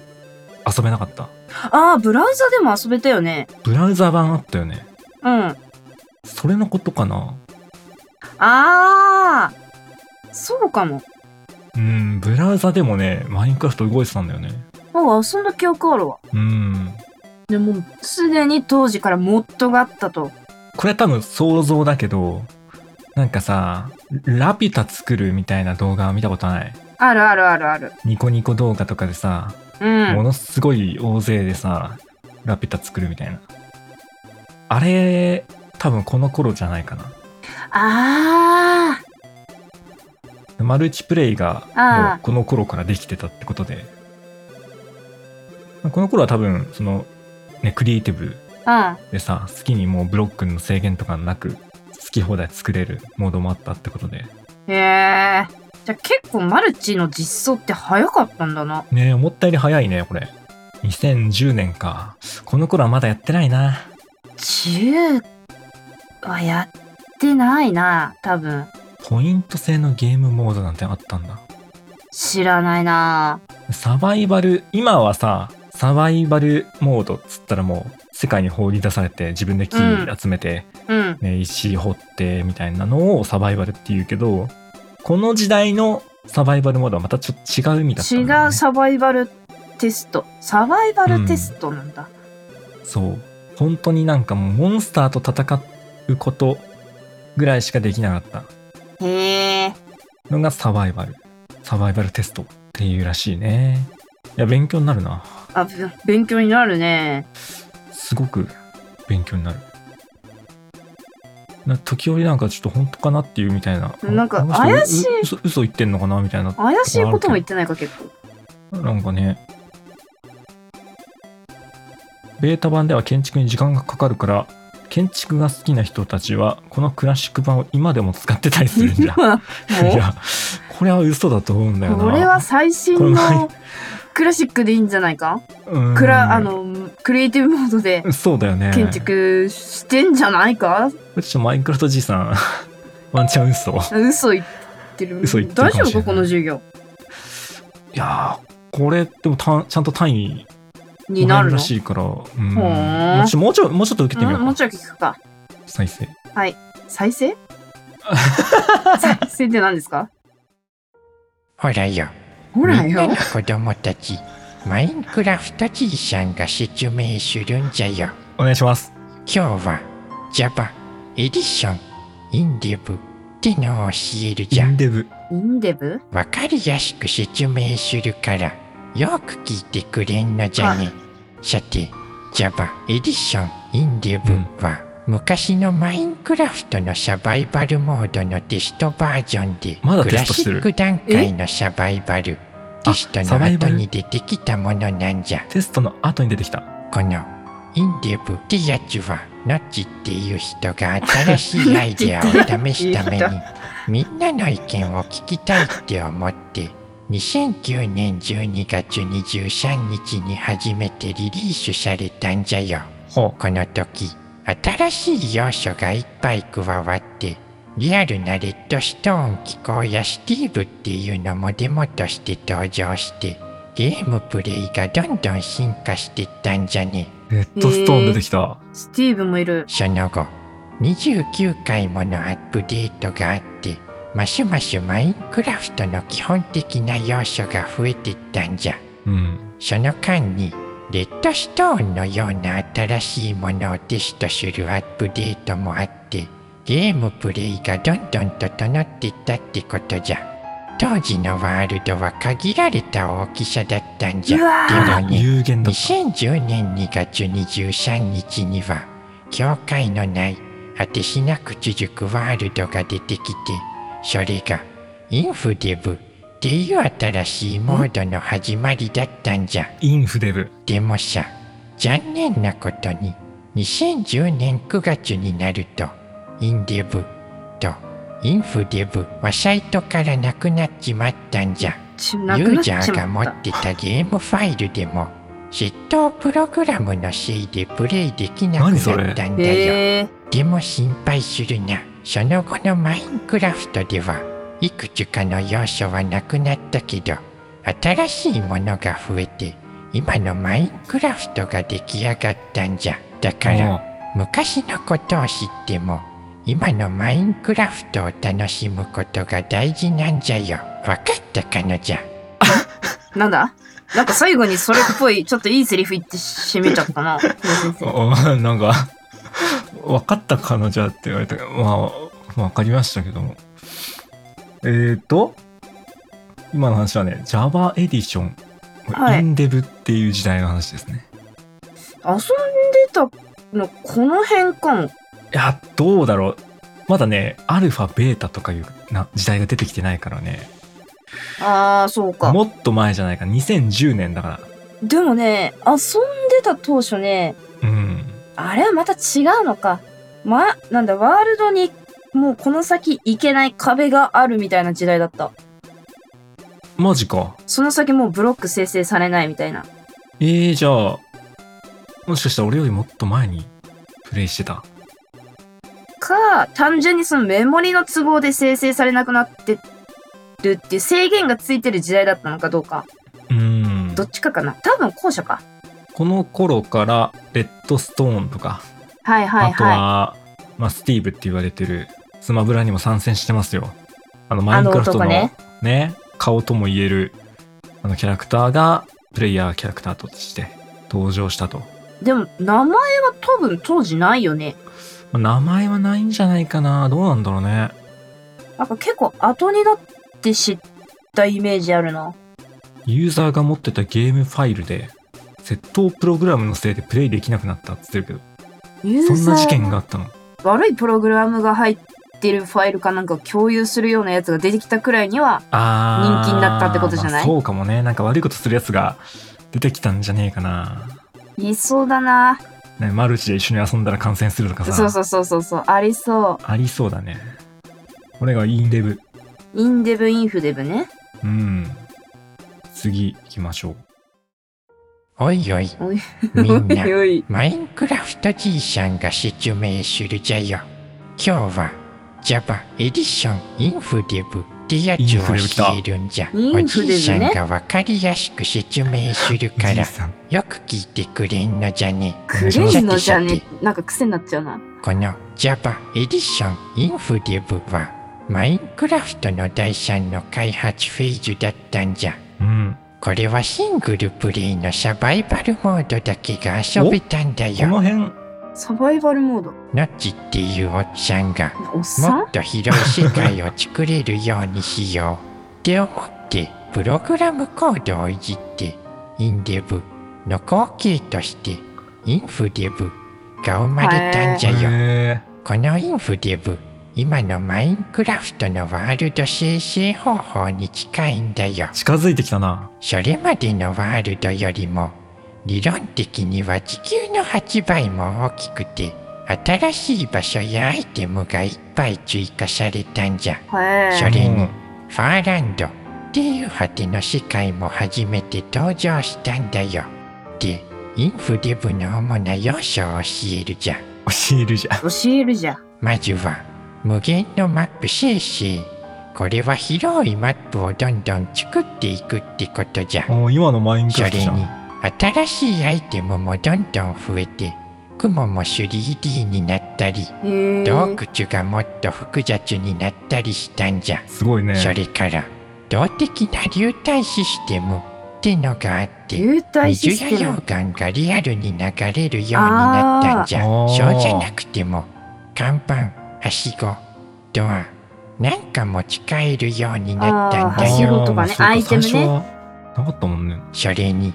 A: 遊べなかった。
B: ああ、ブラウザでも遊べたよね。
A: ブラウザ版あったよね。
B: うん。あ
A: それのことかな
B: あー、そうかも。
A: うん、ブラウザでもね、マインクラフト動いてたんだよね。
B: ああ、遊んだ記憶あるわ。
A: うん。
B: でもうすでに当時からモッドがあったと。
A: これは多分想像だけど、なんかさ、ラピュタ作るみたいな動画は見たことない。
B: あるあるあるある。
A: ニコニコ動画とかでさ、
B: うん。
A: ものすごい大勢でさ、ラピュタ作るみたいな。あれ、多分この頃じゃないかな。
B: あ
A: マルチプレイが
B: あー
A: もうこの頃からできてたってことで、この頃は多分、その、ね、クリエイティブ
B: あ、
A: でさ、好きにもうブロックの制限とかなく、好き放題作れるモードもあったってことで、
B: うん。へえ。じゃあ結構マルチの実装って早かったんだな。
A: ねえ、思ったより早いね、これ。2010年か。この頃はまだやってないな。
B: 10はやってないな、多分。
A: ポイント制のゲームモードなんてあったんだ。
B: 知らないな。
A: サバイバル、今はさ、サバイバルモードっつったらもう、世界に放り出されて、自分で木
B: うん
A: 集めて、
B: うん。
A: ね、石掘って、みたいなのをサバイバルって言うけど、この時代のサバイバルモードはまたちょっと違う意味だった
B: 違
A: んだよね
B: うサバイバルテスト。サバイバルテストなんだ。
A: そう本当になんかもうモンスターと戦うことぐらいしかできなかっ
B: へえ。
A: たのがサバイバルサバイバルテストっていうらしいねいや勉強になるな
B: あ、ぶ勉強になるね。
A: すごく勉強になるな時折なんかちょっと本当かなっていうみたいな
B: なんか
A: あの人
B: 怪しいう
A: 嘘嘘言ってんのかなみたいな
B: 怪しいことも言ってないか、結構。
A: なんかねベータ版では建築に時間がかかるから建築が好きな人たちはこのクラシック版を今でも使ってたりするん じゃいやこれは嘘だと思うんだよな
B: これは最新のクラシックでいいんじゃないか
A: うん
B: クラあのクリエイティブモードで
A: そうだよね
B: 建築してんじゃないか、
A: これちょっとマインクラフトじいさん ワンチャン嘘い
B: 嘘言ってる
A: 嘘言ってる
B: 大
A: かもしれない
B: 丈夫かこの授業
A: やーこれでもたちゃんと単位
B: になるの
A: らしいからうん
B: ほー
A: もうちょもうちょもうちょっと受けてみよ
B: うんもう
A: うか
B: ちょい聞くか
A: 再生
B: 再 生再生って何ですか
C: ほらよ
B: ほら
C: みんなの
B: よ
C: 子供たちマインクラフトじいさんが説明するんじゃよ
A: お願いします
C: 今日は Java エディションインディブってのを教えるじ
A: イ
C: ゃ
A: ンデブ
B: インデブ
C: わかりやすく説明するからよく聞いてくれんのじゃねさて Java エディションインディブは昔のマインクラフトのサバイバルモードのテストバージョンで
A: まだ
C: ク
A: テ
C: ラ
A: ストし
C: シ
A: てる
C: ック段階のサバイバルテスト
A: あサ
C: の
A: バイバ
C: 後
A: ル
C: に出てきたものなんじゃ
A: テストの後に出てきた
C: このインディブってやつはナッチっていう人が新しいアイデアを試すためにみんなの意見を聞きたいって思って2009年12月23日に初めてリリースされたんじゃよ
A: ほ
C: この時新しい要素がいっぱい加わってリアルなレッドストーン機構やスティーブっていうのもデモとして登場してゲームプレイがどんどん進化していったんじゃね
A: うレッドストーン出てきた
B: スティーブもいる
C: その後29回ものアップデートがあってますますマインクラフトの基本的な要素が増えていったんじゃ
A: うん
C: その間にレッドストーンのような新しいものをテストするアップデートもあってゲームプレイがどんどん整っていったってことじゃ当時のワールドは限られた大きさだったんじ
B: うわ
C: ゃ
B: ー
C: でもね
A: 有限だった
C: 2010年2月23日には境界のない果てしなく続くワールドが出てきてそれがインフデブっていう新しいモードの始まりだったんじゃ。
A: インフデブ
C: でもさ、残念なことに、2010年9月になると、インデブとインフデブはサイトからなくなっちまったんじゃ。
B: ちな
C: ユ
B: くな
C: ー
B: っち
C: ザ
B: まった
C: ーが持ってたゲームファイルでも、窃盗プログラムのせいでプレイできなくなったんだよ。
B: へえ
C: でも心配するな。その後のマインクラフトでは、いくつかの要素はなくなったけど、新しいものが増えて、今のマインクラフトが出来上がったんじゃ。だから、昔のことを知っても、今のマインクラフトを楽しむことが大事なんじゃよ。わかったかのじゃ。
B: なんだなんか最後にそれっぽいちょっといいセリフ言ってしめちゃったな先
A: お
B: 生
A: おなんか分かった彼女って言われたけどまあ分かりましたけどもえーと今の話はね Java エディション、
B: はい
A: インデブっていう時代の話ですね
B: 遊んでたのこの辺かも
A: いやどうだろうまだねアルファベータとかいうな時代が出てきてないからね
B: ああそうか
A: もっと前じゃないか2010年だか
B: でもね遊んでた当初ね
A: らうん
B: あれはまた違うのかまなんだワールドにもうこの先行けない壁があるみたいな時代だった
A: マジか
B: その先もうブロック生成されないみたいな
A: えー、じゃあもしかしたら俺よりもっと前にプレイしてた
B: か単純にそのメモリの都合で生成されなくなってるっていう制限がついてる時代だったのかどうか
A: うん
B: どっちかかな多分後者か
A: この頃からレッドストーンとか、
B: はいはい
A: あと
B: は
A: は、まあ、スティーブって言われてるスマブラにも参戦してますよあのマインクラフトの
B: あの
A: ね
B: 男
A: 顔ともいえるあのキャラクターがプレイヤーキャラクターとして登場したと、ま
B: いでも名前は多分当時ないよね
A: あ名前はないんじゃないかなどうなんだろうね
B: なんか結構後になって知ったイメージあるな
A: ユーザーが持ってたゲームファイルで窃盗プログラムのせいでプレイできなくなったって言ってる
B: ユ
A: けど
B: ーザー
A: そんな事件があったの
B: 悪いプログラムが入ってるファイルかなんかを共有するようなやつが出てきたくらいには
A: あー
B: 人気になったってことじゃない
A: まあそうかもねなんか悪いことするやつが出てきたんじゃねえかな、
B: いそうだな
A: ね、マルチで一緒に遊んだら感染するとかさ
B: そうそうそうそうそうありそ
A: ありそうだねこれがインデブ
B: うインデブインフデブね
A: うん次行きましょう
C: おいおい
B: おい、。
C: みんな
B: おい
C: マインクラフトじいさんが説明するじゃよ。今日は Java エディションインフデブってや
A: イ
C: つ
A: ンフデブ来
C: を
A: た
C: 教えるんじゃ。
B: イ
C: お
B: ンフデブね
C: じいさんがわかりやすく説明するか
A: じい
C: ら、
A: さん
C: よく聞いてくれんのじゃね。
A: お願
B: ク
A: いし
B: レ
A: ます
B: イのじゃねなんか癖になっちゃうな
C: この Java エディションインフデブはマインクラフトの第3の開発フェーズだったんじゃ。
A: うん
C: これはシングルプレイのサバイバルモードだけが遊べたんだ
A: この
C: よ。
A: 辺
B: サバイバルモード
C: ノッチっていうおっさんが
B: おっさ
C: も
B: ん
C: っと広い世界を作れるようにしようって思ってプログラムコードをいじってインデブの後継としてインフデブが生まれたんじゃよ。
A: へ
C: このインフデブ今のマインクラフトのワールド生成方法に近いんだよ
A: ー。近づいてきたな
C: それまでのワールドよりも理論的には地球の8倍も大きくて新しい場所やアイテムがいっぱい追加されたんじゃ。
B: はい
C: それ
A: う
C: に
A: ん
C: ファーランドっていう果ての世界も初めて登場したんだよ。で、インフデブの主な要素を教えるじゃ。
A: 教えるじゃん
B: 教えるじゃん
C: まずは無限のマップ生成。これは広いマップをどんどん作っていくってことじ ゃ。
A: おー今のマインク
C: そ
A: ラ
C: れ
A: フトじゃ
C: に
A: ん
C: 新しいアイテムもどんどん増えて雲も 3D になったり
B: へ
C: 洞
B: え
C: 窟がもっと複雑になったりしたんじゃ、
A: すごいね
C: それから動的な流体システムってのがあって
B: 流体シ
C: 水
B: ス
C: や
B: テム
C: 溶岩がリアルに流れるようになったんじゃ
A: あー
C: そうじゃなくても看板はしごドアなんかも使えるようになったん
A: あー
C: だよ
B: 走るとかね
A: そう
B: アイテムね
A: 最初はなかったもんね
C: それに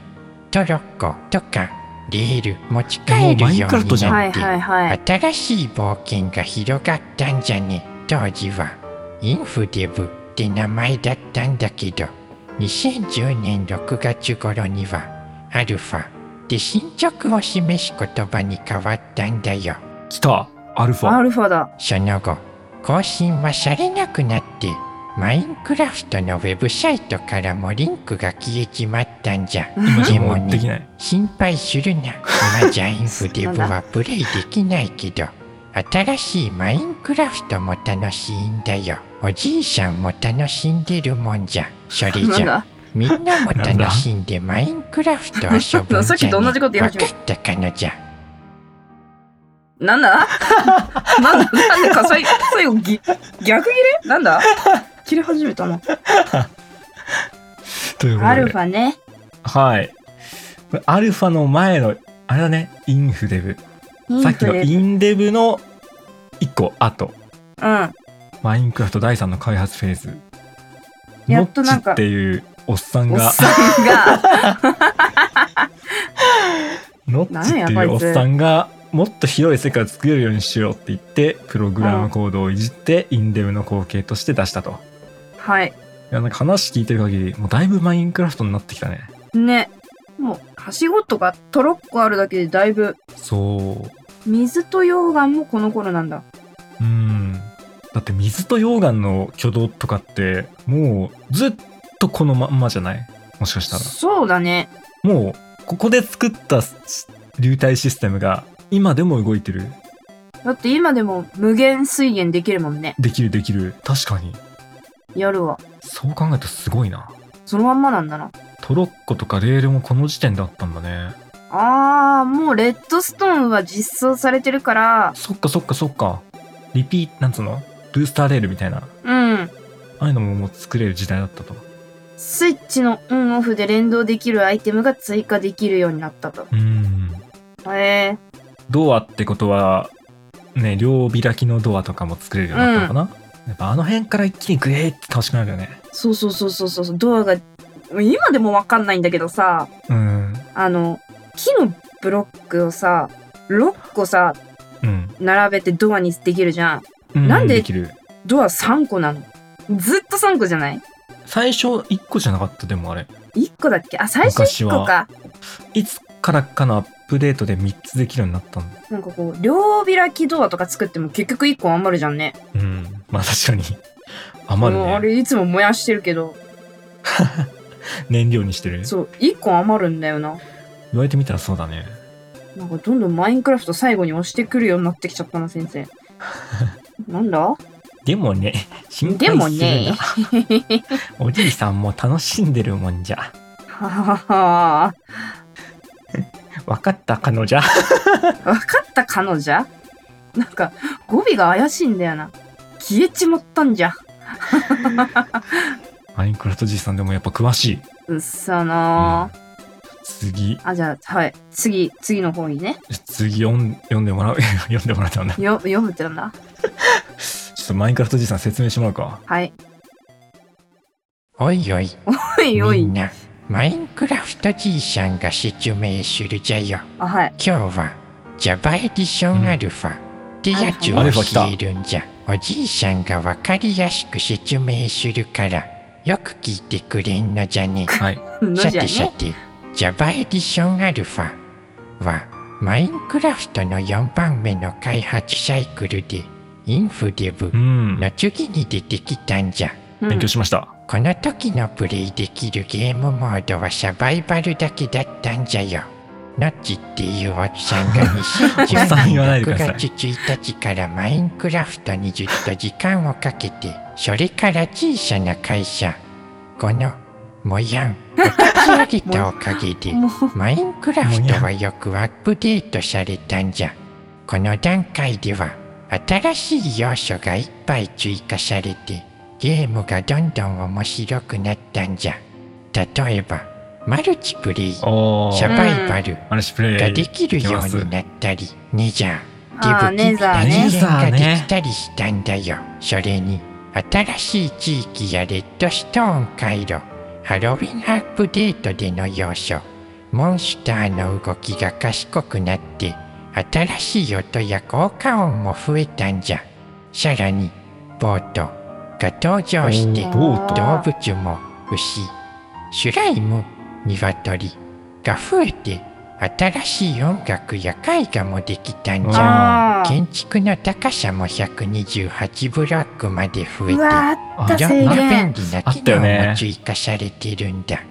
C: トロッコとかレール持ち帰るように
A: もうマインクラフトじゃん
B: は
C: ないって、
B: はいはい
C: 新しい冒険が広がったんじゃね当時はインフデブって名前だったんだけど2010年6月頃にはアルファって進捗を示す言葉に変わったんだよ
A: 来たアルフ
B: ア
A: ァ
B: ルファだ。
C: その後更新はされなくなってマインクラフトのウェブサイトからもリンクが消えちまったんじゃ
A: 今
C: で
A: じゃ
C: も
A: もうでき
C: ね
A: ない
C: 心配するな今じゃインフデブはプレイできないけど新しいマインクラフトも楽しいんだよおじいさんも楽しんでるもんじゃそれ
B: な
C: じ
B: ん
C: ゃ
B: だ
C: みんなも楽しんでマインクラフト遊ぶんじゃ、ね、
B: さっきと同じこと言い
C: わ
B: 始め
C: か
B: た
C: ったかなじゃ
B: なんだなんだなんでか最後最後ぎ逆切れなんだ切れ始めたな。
A: というこ
B: ア
A: と
B: ル
A: で
B: ファね。
A: はいこれアルファの前のあれだねインフデブ
B: イン
A: さっき
B: プ
A: の
B: レ
A: インデブの1個後
B: うん。
A: マインクラフト第3の開発フェーズ
B: やっとなんか
A: ノッチっていうおっさん
B: おっ
A: が
B: さんが、
A: ノッチって
B: なん
A: い
B: や
A: うお
B: こ
A: っ
B: いつ
A: さんがもっと広い世界を作れるようにしようって言ってプログラムコードをいじってインデブの後継として出したとい
B: はい。
A: やなんか話聞いてる限りもうだいぶマインクラフトになってきたね
B: ね。もう、はしごとかトロッコあるだけでだいぶ、
A: そう
B: 水と溶岩もこの頃なんだ。
A: うんだって水と溶岩の挙動とかってもうずっとこのまんまじゃないもしかしたら
B: そうだね。
A: もうここで作った流体システムが今でも動いてる
B: だって今でも無限水源できるもんね。
A: できるできる確かに
B: 夜は。
A: そう考えるとすごいな
B: そのまんまなんだな。
A: トロッコとかレールもこの時点だったんだね
B: あー、もうレッドストーンは実装されてるから、
A: そっかそっかそっかリピートなんつうのブースターレールみたいなあ
B: うん。
A: あいうのももう作れる時代だったと
B: スイッチのオンオフで連動できるアイテムが追加できるようになったと。
A: うん
B: へえ。
A: ドアってことはね両開きのドアとかも作れるようになったのかな、やっぱあの辺から一気にグエーって楽しくなるよね
B: そうそうそうそうそう。ドアが、今でもわかんないんだけどさ、
A: うん
B: あの、木のブロックをさ、6個さ、
A: うん、
B: 並べてドアにできるじゃん。
A: うん、
B: なんで
A: できる
B: ドア3個なの。ずっと3個じゃない
A: 最初1個じゃなかったでもあれ
B: ?1 個だっけあ、最初1個か。
A: いつからかのアップデートで3つできるようになったんだ
B: なんかこう、両開きドアとか作っても結局1個余るじゃんね。
A: うんまあ確かに余る
B: もう
A: ね
B: あれいつも燃やしてるけど、
A: 燃料にしてる
B: そう、1個余るんだよな。
A: 言われてみたらそうだね
B: なんかどんどんマインクラフト最後に押してくるようになってきちゃったな、先 生。なんだ
A: でもね心配
B: です
A: るな
B: もね。
A: おじいさんも楽しんでるもんじゃ
B: ははは
A: 分かった彼 女
B: は。わかった彼女なんか語尾が怪しいんだよな。消えちまったんじゃ。
A: マインクラフトじいさんでもやっぱ詳しい、
B: うっさなー
A: 次
B: あ、じゃあ、はい。次、次の方にね。
A: 次読ん読んでもらう 読んでもらったんだちょ
B: よ、読むってなんだ。
A: っとマインクラフトじいさん説明してもらうか
B: はい。
C: おいおい
B: おいお
C: み
B: い
C: ん。なマインクラフトじいさんが説明するじゃよ
B: あ、はい。
C: 今日は Java エディションアルファってやつを
A: アルファ来た
C: 教えるんじゃおじいさんがわかりやすく説明するからよく聞いてくれんのじゃね
A: はい
B: の
C: さ
B: じゃ
C: てさ
B: ね。
C: て Java エディションアルファはマインクラフトの4番目の開発サイクルでインフデブ
A: うん
C: の次に出てきたんじゃ
B: うん
A: 勉強しました、
C: この時のプレイできるゲームモードはサバイバルだけだったんじゃよ。ノッチっていうおっさんが
A: おっさん言わない
C: 2010
A: でくださ
C: 年
A: い
C: 6月1日からマインクラフトにずっと時間をかけて、それから小さな会社、このモヤンを立ち上げたおかげで、
B: もう、
C: マインクラフトはよくアップデートされたんじゃ。この段階では新しい要素がいっぱい追加されてゲームがどんどん面白くなったんじゃ。例えばマルチプレイ、サ
A: お
C: バ
A: ー
C: イバル
A: マルチプレイ
C: ができるようになったり、ネジャー、
B: あー
C: デブ
B: ネ
C: キ
B: ザー
A: ね
C: 人間ができたりしたんだよ。それに新しい地域やレッドストーン回路、ハロウィンアップデートでの要素、モンスターの動きが賢くなって、新しい音や効果音も増えたんじゃ。さらに、ボート、が登場して
A: おー
C: 動
A: ボ
B: ート
C: 物も牛シュライム鶏が増えて新しい音楽や絵画もできたんじゃ
B: あー
C: 建築の高さも128ブロックまで増え
B: う
C: て
B: わあ
A: あ
B: った
C: いろ
B: 制
C: んな
B: 限
C: 便利な
A: あ
C: 機
A: ったよ
C: 能
A: ね
C: も追加されてるんだ。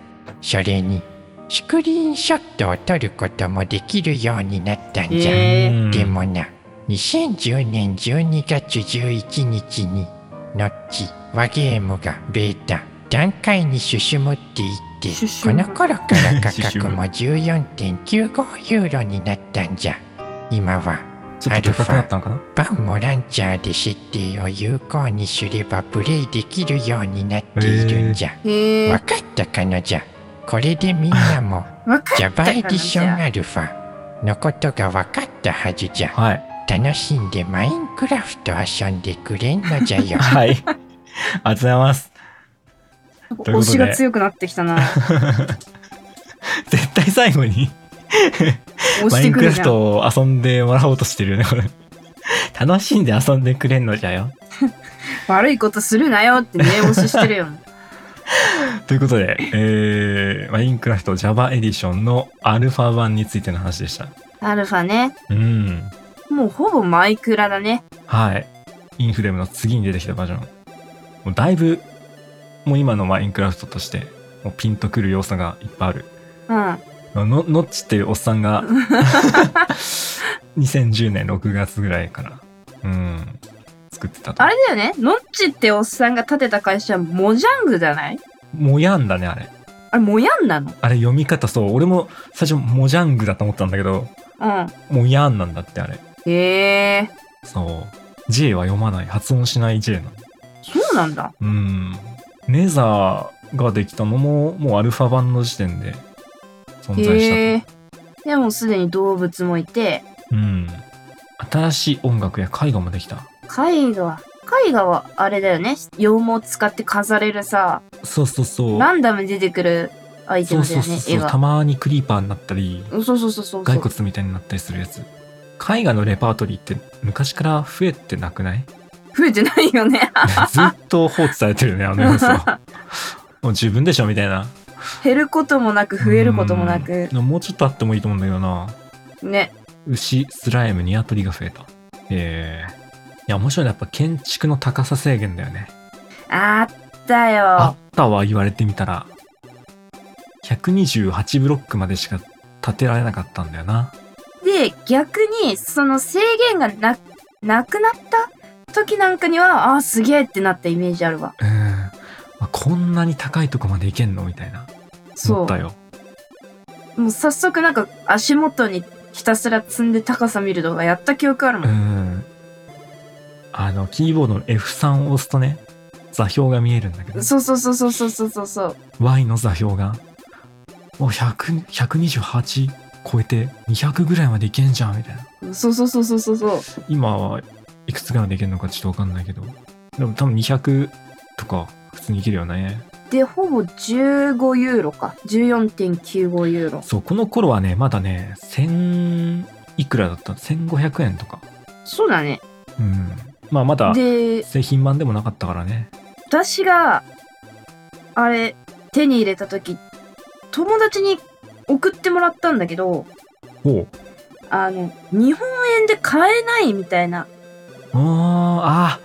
C: それに、スクリーンショットを撮ることもできるようになったんじゃ。
B: えー
A: うん
C: でもな、2010年12月11日に、ノッチ、和ゲームがベータ、段階に進むって言って、こ
B: 進む
C: の頃から価
A: 進
C: 格
A: む
C: も14.95ユーロになったんじゃ。今は、
A: ちょっと高くなったのかな
C: バンもランチャーで設定を有効にすればプレイできるようになっているんじゃ。
B: へ
C: わ
B: え
C: かったかのじゃ。これでみん なも
B: わか
C: ジャ
B: った
C: バ
B: か
C: エデ
B: な
C: ィ
B: じ
C: ション
B: ゃ
C: アルファのことがわかったはずじゃ。
A: はい。
C: 楽しんでマインクラフト遊んでくれんのじゃ よ
A: はいありがとうございますということで
B: 推しが強くなってき たな
A: 絶対最後に
B: 押
A: マ
B: し
A: イ
B: て
A: ン
B: く
A: クラ
B: るじ
A: フ
B: ゃん
A: トを遊んでもらおうとしてるよねこれ楽しんで遊んでくれんのじゃよ
B: 悪いことするなよって念押しして るよ
A: ということで、えー、マインクラフト Java エディションのアルファ版についての話でした
B: アルファね
A: うん
B: もうほぼマイクラだね
A: はいインフレームの次に出てきたバージョンもうだいぶもう今のマインクラフトとしてもうピンとくる要素がいっぱいある
B: うん
A: のノッチっていうおっさんが 2010年6月ぐらいからうん作ってたと
B: あれだよねノッチっておっさんが建てた会社モジャングじゃない
A: もやんだねあれ
B: あれモヤンなの
A: あれ読み方そう俺も最初モジャングだと思ったんだけど
B: う
A: もやんなんだってあれ
B: んへえ
A: そう。J は読まない。発音しない J なの。
B: そうなんだ
A: うん。ネザーができたのも、もうアルファ版の時点で存在
B: へ
A: し
B: えでもすでに動物もいて
A: たと。うん。新しい音楽や絵画もできた。
B: 絵画絵画はあれだよね羊毛使って飾れるさ
A: そうそうそう。
B: ランダムに出てくるアイテ
A: そ
B: ム
A: う
B: だ
A: そう
B: よ
A: そう
B: ね
A: そ
B: 絵
A: う。た
B: が
A: まにクリーパーになったり、
B: そうそうそうそうそう
A: 骸骨みたいになったりするやつ。絵画のレパートリーって昔から増えてなくない
B: 増えてないよね
A: ずっと放置されてるよね、あの要素。もう十分でしょみたいな。
B: 減ることもなく増えることもなく
A: うん。もうちょっとあってもいいと思うんだけどな。
B: ね
A: 牛スライムニワトリが増えたえー、いや面白いのはやっぱ建築の高さ制限だよね
B: あった
A: あ
B: よ
A: ったわ言われてみたら128ブロックまでしか建てられなかったんだよな
B: で逆にその制限がななくなった時なんかにはああーすげえってなったイメージあるわ
A: うん、まあ、こんなに高いとこまで行けんのみたいな
B: そ
A: 思ったよ
B: うもう早速なんか足元にひたすら積んで高さ見るとかやった記憶あるも、
A: うんんあのキーボードの F3 を押すとね座標が見えるんだけど
B: そうそうそうそうそうそうそうそう
A: Y の座標がもう100 128超えて200ぐらいまで行けんじゃんみたいな
B: そうそうそうそうそうそう
A: 今はいくつぐらいまでいけるのかちょっとわかんないけどでも多分200とか普通にいけるよね
B: でほぼ15ユーロか14.95ユーロ
A: そうこの頃はねまだね1000いくらだったの1500円とか
B: そうだね
A: うんまあまだ
B: で
A: 製品版でもなかったからね
B: 私があれ手に入れた時友達に送ってもらったんだけど
A: おう
B: あの日本円で買えないみたいな
A: あ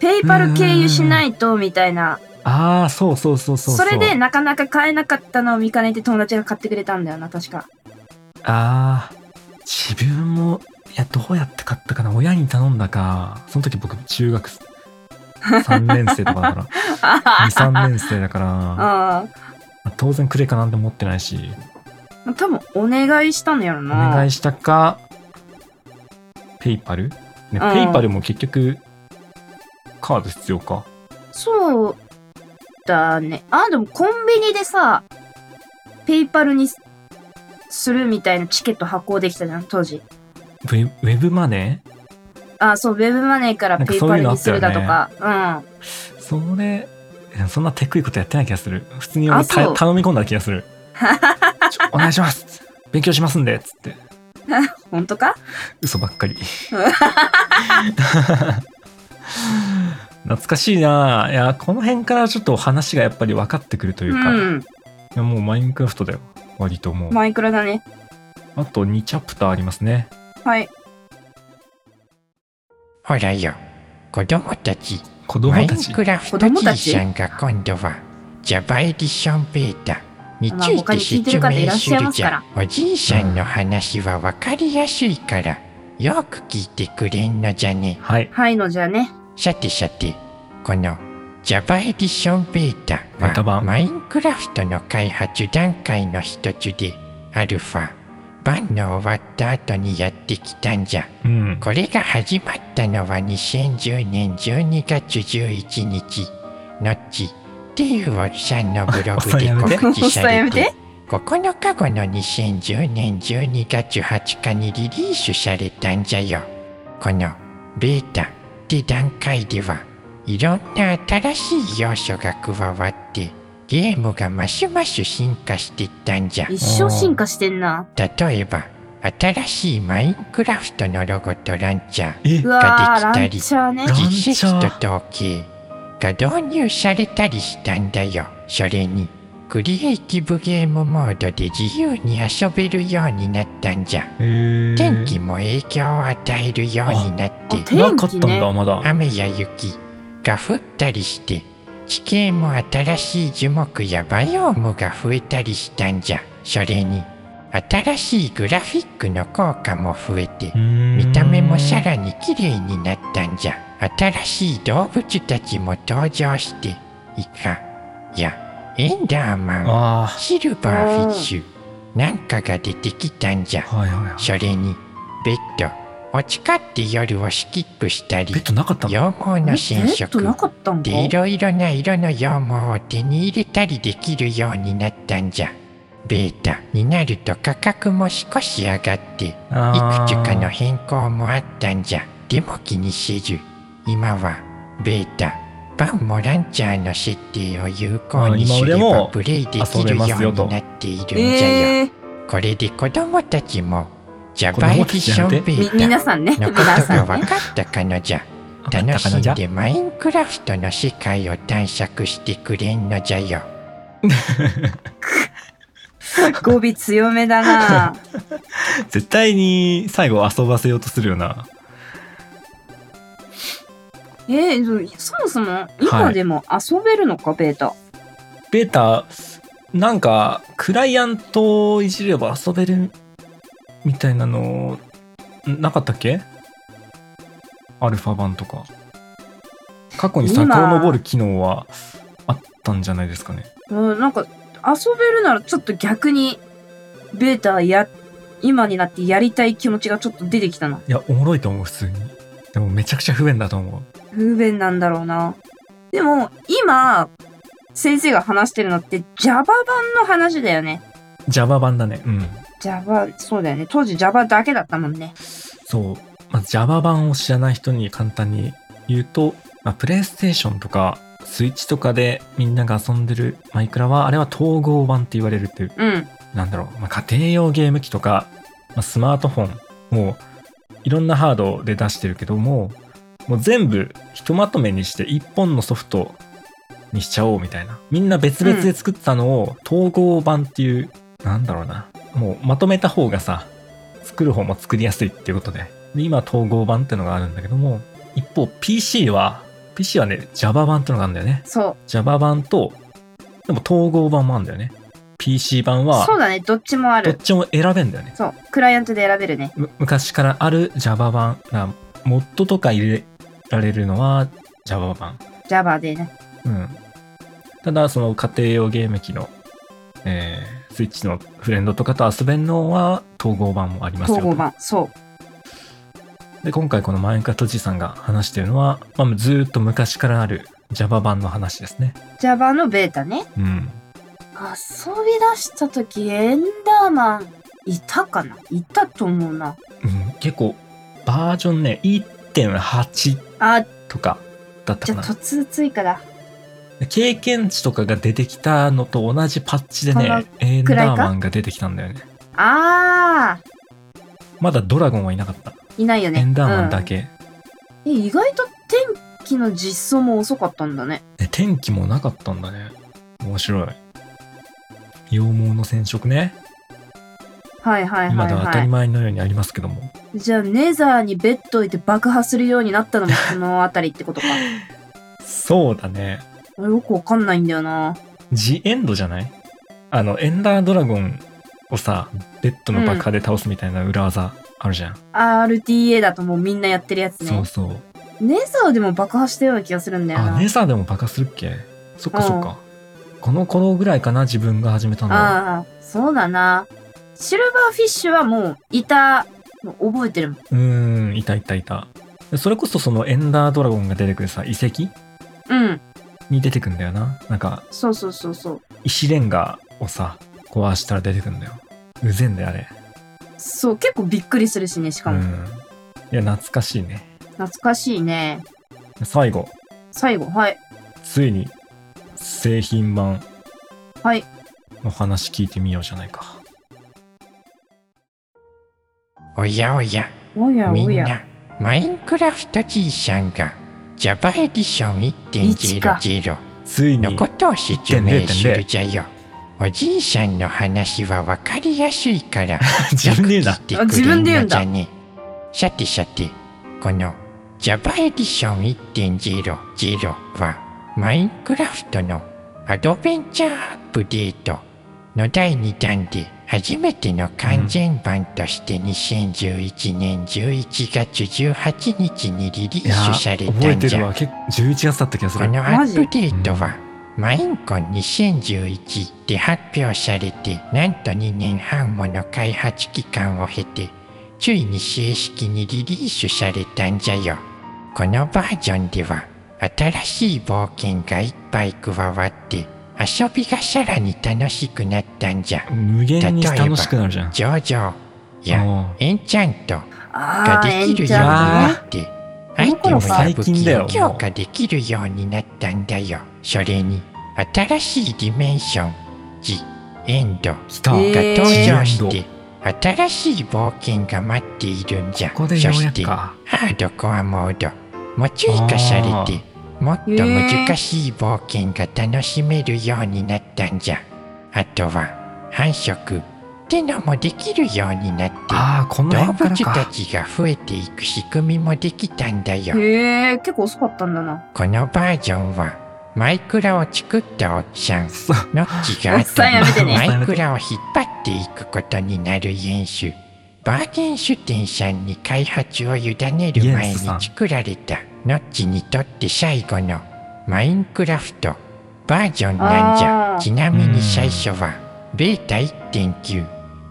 A: ー
B: ペイパル経由しないとみたいな
A: ああーそうそうそうそう
B: そうれでなかなか買えなかったのを見かねて友達が買ってくれたんだよな確か
A: ああ自分もいやどうやって買ったかな親に頼んだかその時僕中 学3年生とかだから
B: あ
A: 23年生だから
B: あ
A: まあ当然クレカなんて持ってないし
B: ー多分お願いしたのやろ
A: お
B: な
A: 願いしたかペイパルね
B: うん
A: ペイパルも結局カード必要か
B: そうだね。あ、でもコンビニでさ、ペイパルにすするみたいなチケット発行できたじゃん、当時。
A: ウェウェブマネ
B: あ、そう、ウェブマネーから
A: なんか
B: ペイ
A: そう
B: パ
A: いう
B: ル
A: のあ
B: に
A: っ
B: す
A: たよ
B: る
A: ね
B: だとか。うん。
A: ーそれいやそんなテクいことやってない気がする普通に俺
B: あ
A: た
B: そう
A: 頼み込んだ気がす るちょお願いします勉強しますんでっつって
B: 本 当か
A: 嘘ばっかりう懐かしいなぁいやこの辺からちょっと話がやっぱり分かってくるというか、
B: う
A: い
B: ん。
A: やもうマインクラフトだよ割ともう、
B: マイクラだね。
A: あと2チャプターありますね
B: はい。
C: ほらよ、子供たち、
A: 子
C: マイ
A: 供たち
C: ンクラフ
B: 子
C: ト
B: 供たち
C: G さんが今度は、ジャバエディションベータにつ
B: まあ他に聞
C: い
B: いて
C: て説
B: る方い
C: 明
B: らっ
C: す
B: しゃい
C: る
B: ます
C: じ
B: か
C: ゃ
B: ら。
C: おじいさんの話はわかりやすいから、よく聞いてくれんのじゃね。
A: はい
B: はいのじゃあね。
C: さてさて、この Java エディションベータ
A: ベータ
C: は
A: 版
C: マインクラフトの開発段階の一つで、アルファ、バンの終わった後にやってきたんじゃ。
A: うん
C: これが始まったのは2010年12月11日、のっち、っていうおっさんのブログ で告知されて、9日後の2010年12月20日にリリースされたんじゃよ。このベータって段階ではいろんな新しい要素が加わってゲームがますます進化していったんじゃ。
B: 一生進化してんな。
C: 例えば新しいマインクラフトのロゴとランチャー、
A: え
B: うわー、
C: が
B: ラ
C: で
B: ン
C: き
B: チ
C: た
B: ャーね
A: ラ。ンチャー
C: 実績と統計が導入されたりしたんだよ。それにクリエイティブゲームモードで自由に遊べるようになったんじゃ。
A: えー、
C: 天気も影響を与えるようになって
B: あ天気
A: なかったん
B: ね
A: だまだ
C: 雨や雪が降ったりして地形も新しい樹木やバイオームが増えたりしたんじゃそれに新しいグラフィックの効果も増えて見
A: 見
C: た目もさらに綺麗になったんじゃ新しい動物たちも登場してイカやエンダーマン
A: あ
C: シルバーフィッシュなんかが出てきたんじゃ
A: あはいはいはい
C: それにベッドを使って夜をスキップしたり
A: ベッドなかったの
C: 羊毛の染
B: えっと、
C: 色
B: なかったんか
C: でいろいろな色の羊毛を手に入れたりできるようになったんじゃベータになると価格も少し上がっていく
A: あ
C: つ
A: ー
C: かの変更もあったんじゃでも気にせず今はベータバンもランチャーの設定を有効にすれ
A: あ今俺
C: ば
A: も
C: プレイでき
A: 遊べ
C: るよ
A: ますよ
C: う
A: と
C: になっているんじゃよ、
B: えー、
C: これで子供たちもジャバエディションベ
B: み、
C: ータ
B: 皆さんね。皆
C: のこと
B: さ
C: が
B: んね
C: 分。かったかのじゃ。
A: あったかな
C: 楽しん
A: じゃ
C: でマインクラフトの世界を探索してくれんのじゃよ。
B: 語尾強めだ な。
A: 絶対に最後遊ばせようとするよな
B: えー、そもそも今でも遊べるのか、ベータ。
A: ベータなんかクライアントをいじれば遊べるみたいなのんなかったっけアルファ版とか過去に遡る機能はあったんじゃないですかね
B: うん、なんか遊べるならちょっと逆にベータや今になってやりたい気持ちがちょっと出てきたない
A: やおもろいと思う普通にでもめちゃくちゃ不便だと思う
B: 不便なんだろうなでも今先生が話してるのって Java 版の話だよね
A: Java 版だねうん
B: Java そうだよね当時 Java だけだったもんね
A: そう、まあ、Java 版を知らない人に簡単に言うと、まあ、プレイステーションとかスイッチとかでみんなが遊んでるマイクラはあれは統合版って言われるっていう
B: うん
A: なんだろう、まあ、家庭用ゲーム機とか、まあ、スマートフォンもういろんなハードで出してるけどももう全部ひとまとめにして一本のソフトにしちゃおうみたいなみんな別々で作ったのを統合版っていう、なんだろうなもうまとめた方がさ作る方も作りやすいっていうことでで今統合版ってのがあるんだけども一方 PC は PC はね Java 版ってのがあるんだよね
B: そ
A: Java 版とでも統合版もあるんだよね PC 版
B: う
A: は
B: そうだねどっちも あ
A: どっ
B: る
A: ちも選べんだよね。
B: そうクライアントで選べるね
A: む昔からある Java 版な、モッドとか入れられるのは Java 版。
B: Java でね
A: うん。ただ、その家庭用ゲーム機の、えー、スイッチのフレンドとかと遊べんのは統合版もありますよ
B: 統
A: と。
B: 合版そう
A: で、今回このマインカトジさんが話してるのは、まあ、ずーっと昔からある Java 版の話ですね。
B: Java のベータね
A: うん。
B: 遊び出した時エンダーマンいたかないたと思うな
A: うん、結構、バージョンね、1.8
B: あ
A: とかだった
B: じ
A: か
B: ゃあ
A: な。
B: 突追加だ
A: 経験値とかが出てきたのと同じパッチで
B: その
A: ね、エン
B: くらいか
A: ダーマンが出てきたんだよね。
B: あー
A: まだドラゴンはいなかった。
B: いないよね
A: エンダーマンだ
B: け、
A: け。
B: うんえ意外と天期の実装も遅かったんだね。
A: え天気もなかったんだね面白い羊毛の染色ね
B: はいはい
A: 今
B: はい
A: では当た
B: は
A: り
B: い。
A: 前のようにありますけども、
B: じゃあ、ネザーにベッド置いて爆破するようになったのもこのあたりってことか。
A: そうだね
B: よくわかんないんだよな。
A: ジ・エンドじゃないあのエンダードラゴンをさベッドの爆破で倒すみたいな裏技あるじゃん、
B: RTA だともうみんなやってるや
A: そ
B: つね
A: う。そう
B: ネザーでも爆破したような気がするんだよ
A: あ
B: な。
A: ネザーでも爆破するっけそっかそっか、この頃ぐらいかな自分が始めたのは
B: ああ、そうだな。シルバーフィッシュはもういたの覚えてるもん。
A: うーんいたいたいたそれこそそのエンダードラゴンが出てくるさ遺跡
B: うん。
A: に出てくんだよななんか
B: そうそうそうそう。
A: 石レンガをさ壊したら出てくんだようぜんだよあれ
B: そう、結構びっくりするしね、しか
A: う
B: も。
A: んいや懐かしいね
B: 懐かしいね。
A: 最後
B: 最後、はい。
A: ついに製品版
B: はい。
A: の話聞いてみようじゃないか
C: おやおや
B: おや
C: み
B: お
C: ん
B: や。
C: なマインクラフトじいさんが Java エディション
B: いつか
C: 1.00
A: つい
C: の
A: に
C: ことを説明するじゃよおじいさんの話はわかりやすいから
A: 自分で言うな
C: よく聞いてくれ
B: あ自分
C: んのじゃね
B: で言うんだ
C: さてさてこの Java エディション1.00はマインクラフトのアドベンチャーアップデートの第2弾で初めての完全版として2011年11月18日にリリ
A: いや
C: ースされ
A: 覚
C: た
A: え
C: ん
A: て
C: じゃ
A: るわ結構11月だった気がす
C: こ
A: る
C: のア
B: マ
C: ッ
B: ジ
C: プデートは、マインコン2011で発表されて、なんと2年半もの開発期間を経て、ついに正式にリリースされたんじゃよ。このバージョンでは、新しい冒険がいっぱい加わって、遊びがさらに楽しくなったんじゃ。
A: 無限に楽しくなるじゃん
C: 上々や、
A: もう
C: エンチャント、
B: ああ、
C: がで
B: エ
C: き
B: ン
C: るよう
B: チ
C: に
B: ャ
C: な
B: ントね。
C: って、
B: あ
C: ア
B: ー
C: イテムや
A: この頃最近だよ
C: 武器を強化できるようになったんだよ。それに、新しいディメンション、ジ・エンドが
A: 来た、
B: えー
C: 登場し
A: ジ
C: て、新しい冒険が待っているんじゃ。
A: ここでよ
C: そう
A: や
C: して、
A: く
C: ハ
A: か
C: ードコアモードも追加され
A: あ
C: て
A: ー、
C: もっと難しい冒険が楽しめるようになったんじゃ。あとは、繁殖ってのもできるようになって、
A: ああこの
C: 動
A: 辺か
C: 物
A: ら
C: た
A: か
C: ちが増えていく仕組みもできたんだよ。
B: へえ、結構遅かったんだな。
C: このバージョンはマイクラを作ったおっさん
A: そう
C: ノッチが
B: おっさんやめてね
C: マイクラを引っ張っていくことになる演習バーゲンシュテンさんに開発を委ねる
A: イエ
C: 前
A: ス
C: に
A: さん
C: 作られたノッチにとって最後のマインクラフトバージョンなんじ
B: あ
C: ゃ
B: ー
C: ちなみに最初はベータ1.9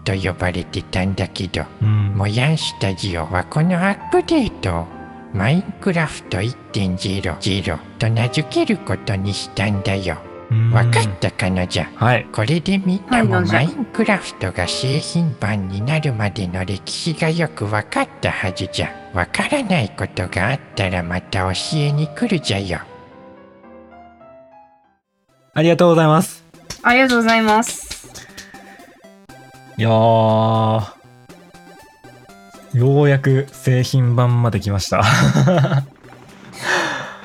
C: と呼ばれてたんだけど
A: うん
C: モヤンスタジオはこのアップデートをマインクラフト1.00と名付けることにしたんだよ。
A: うん
C: わかったかなじゃ。
A: はい
C: これでみんな
B: は
C: も
B: いなんじゃ
C: マインクラフトが製品版になるまでの歴史がよくわかったはずじゃ。わからないことがあったらまた教えに来るじゃよ。
A: ありがとうございます
B: ありがとうございます。
A: いやーようやく製品版まで来ま した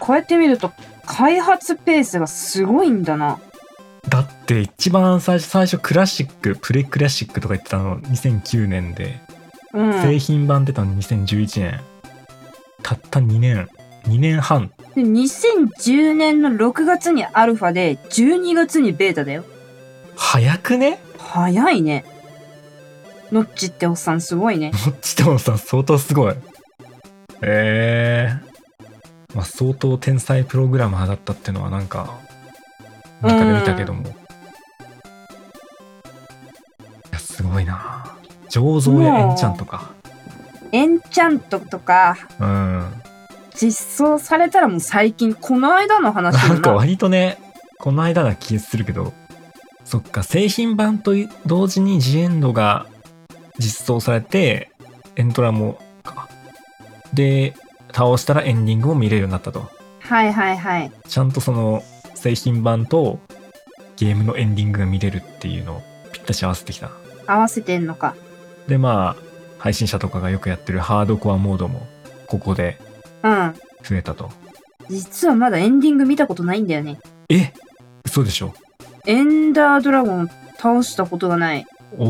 B: こうやって見ると、開発ペースがすごいんだな。
A: だって一番最初最初クラシックプレクラシックとか言ってたの2009年で、
B: うん。
A: 製
B: で、
A: 品版出たの2011年たった2年2年半
B: 2010年の6月にアルファで、12月にベータだよ。
A: 早くね
B: 早いね。ノッチっておっさんすごい ね。
A: こっちでもさ相当すごいえー、まあ相当天才プログラマーだったってのはなんか中で見たけども、いやすごいな醸造やエンチャンとか
B: エンチャントとか、
A: うん
B: 実装されたらもう最近、この間の話だ
A: なんか
B: な。
A: 割とねこの間な気するけどそっか製品版とい同時にジエンドが実装されてエントラもかで倒したらエンディングも見れるようになったと
B: はいはいはい。
A: ちゃんとその製品版とゲームのエンディングが見れるっていうのをぴったし合わせてきた。
B: 合わせてんのか。
A: で、まあ、配信者とかがよくやってるハードコアモードもここで
B: うん。
A: 増えたと。
B: 実はまだエンディング見たことないんだよね。
A: え嘘でしょ
B: エンダードラゴンを倒したことがない。
A: お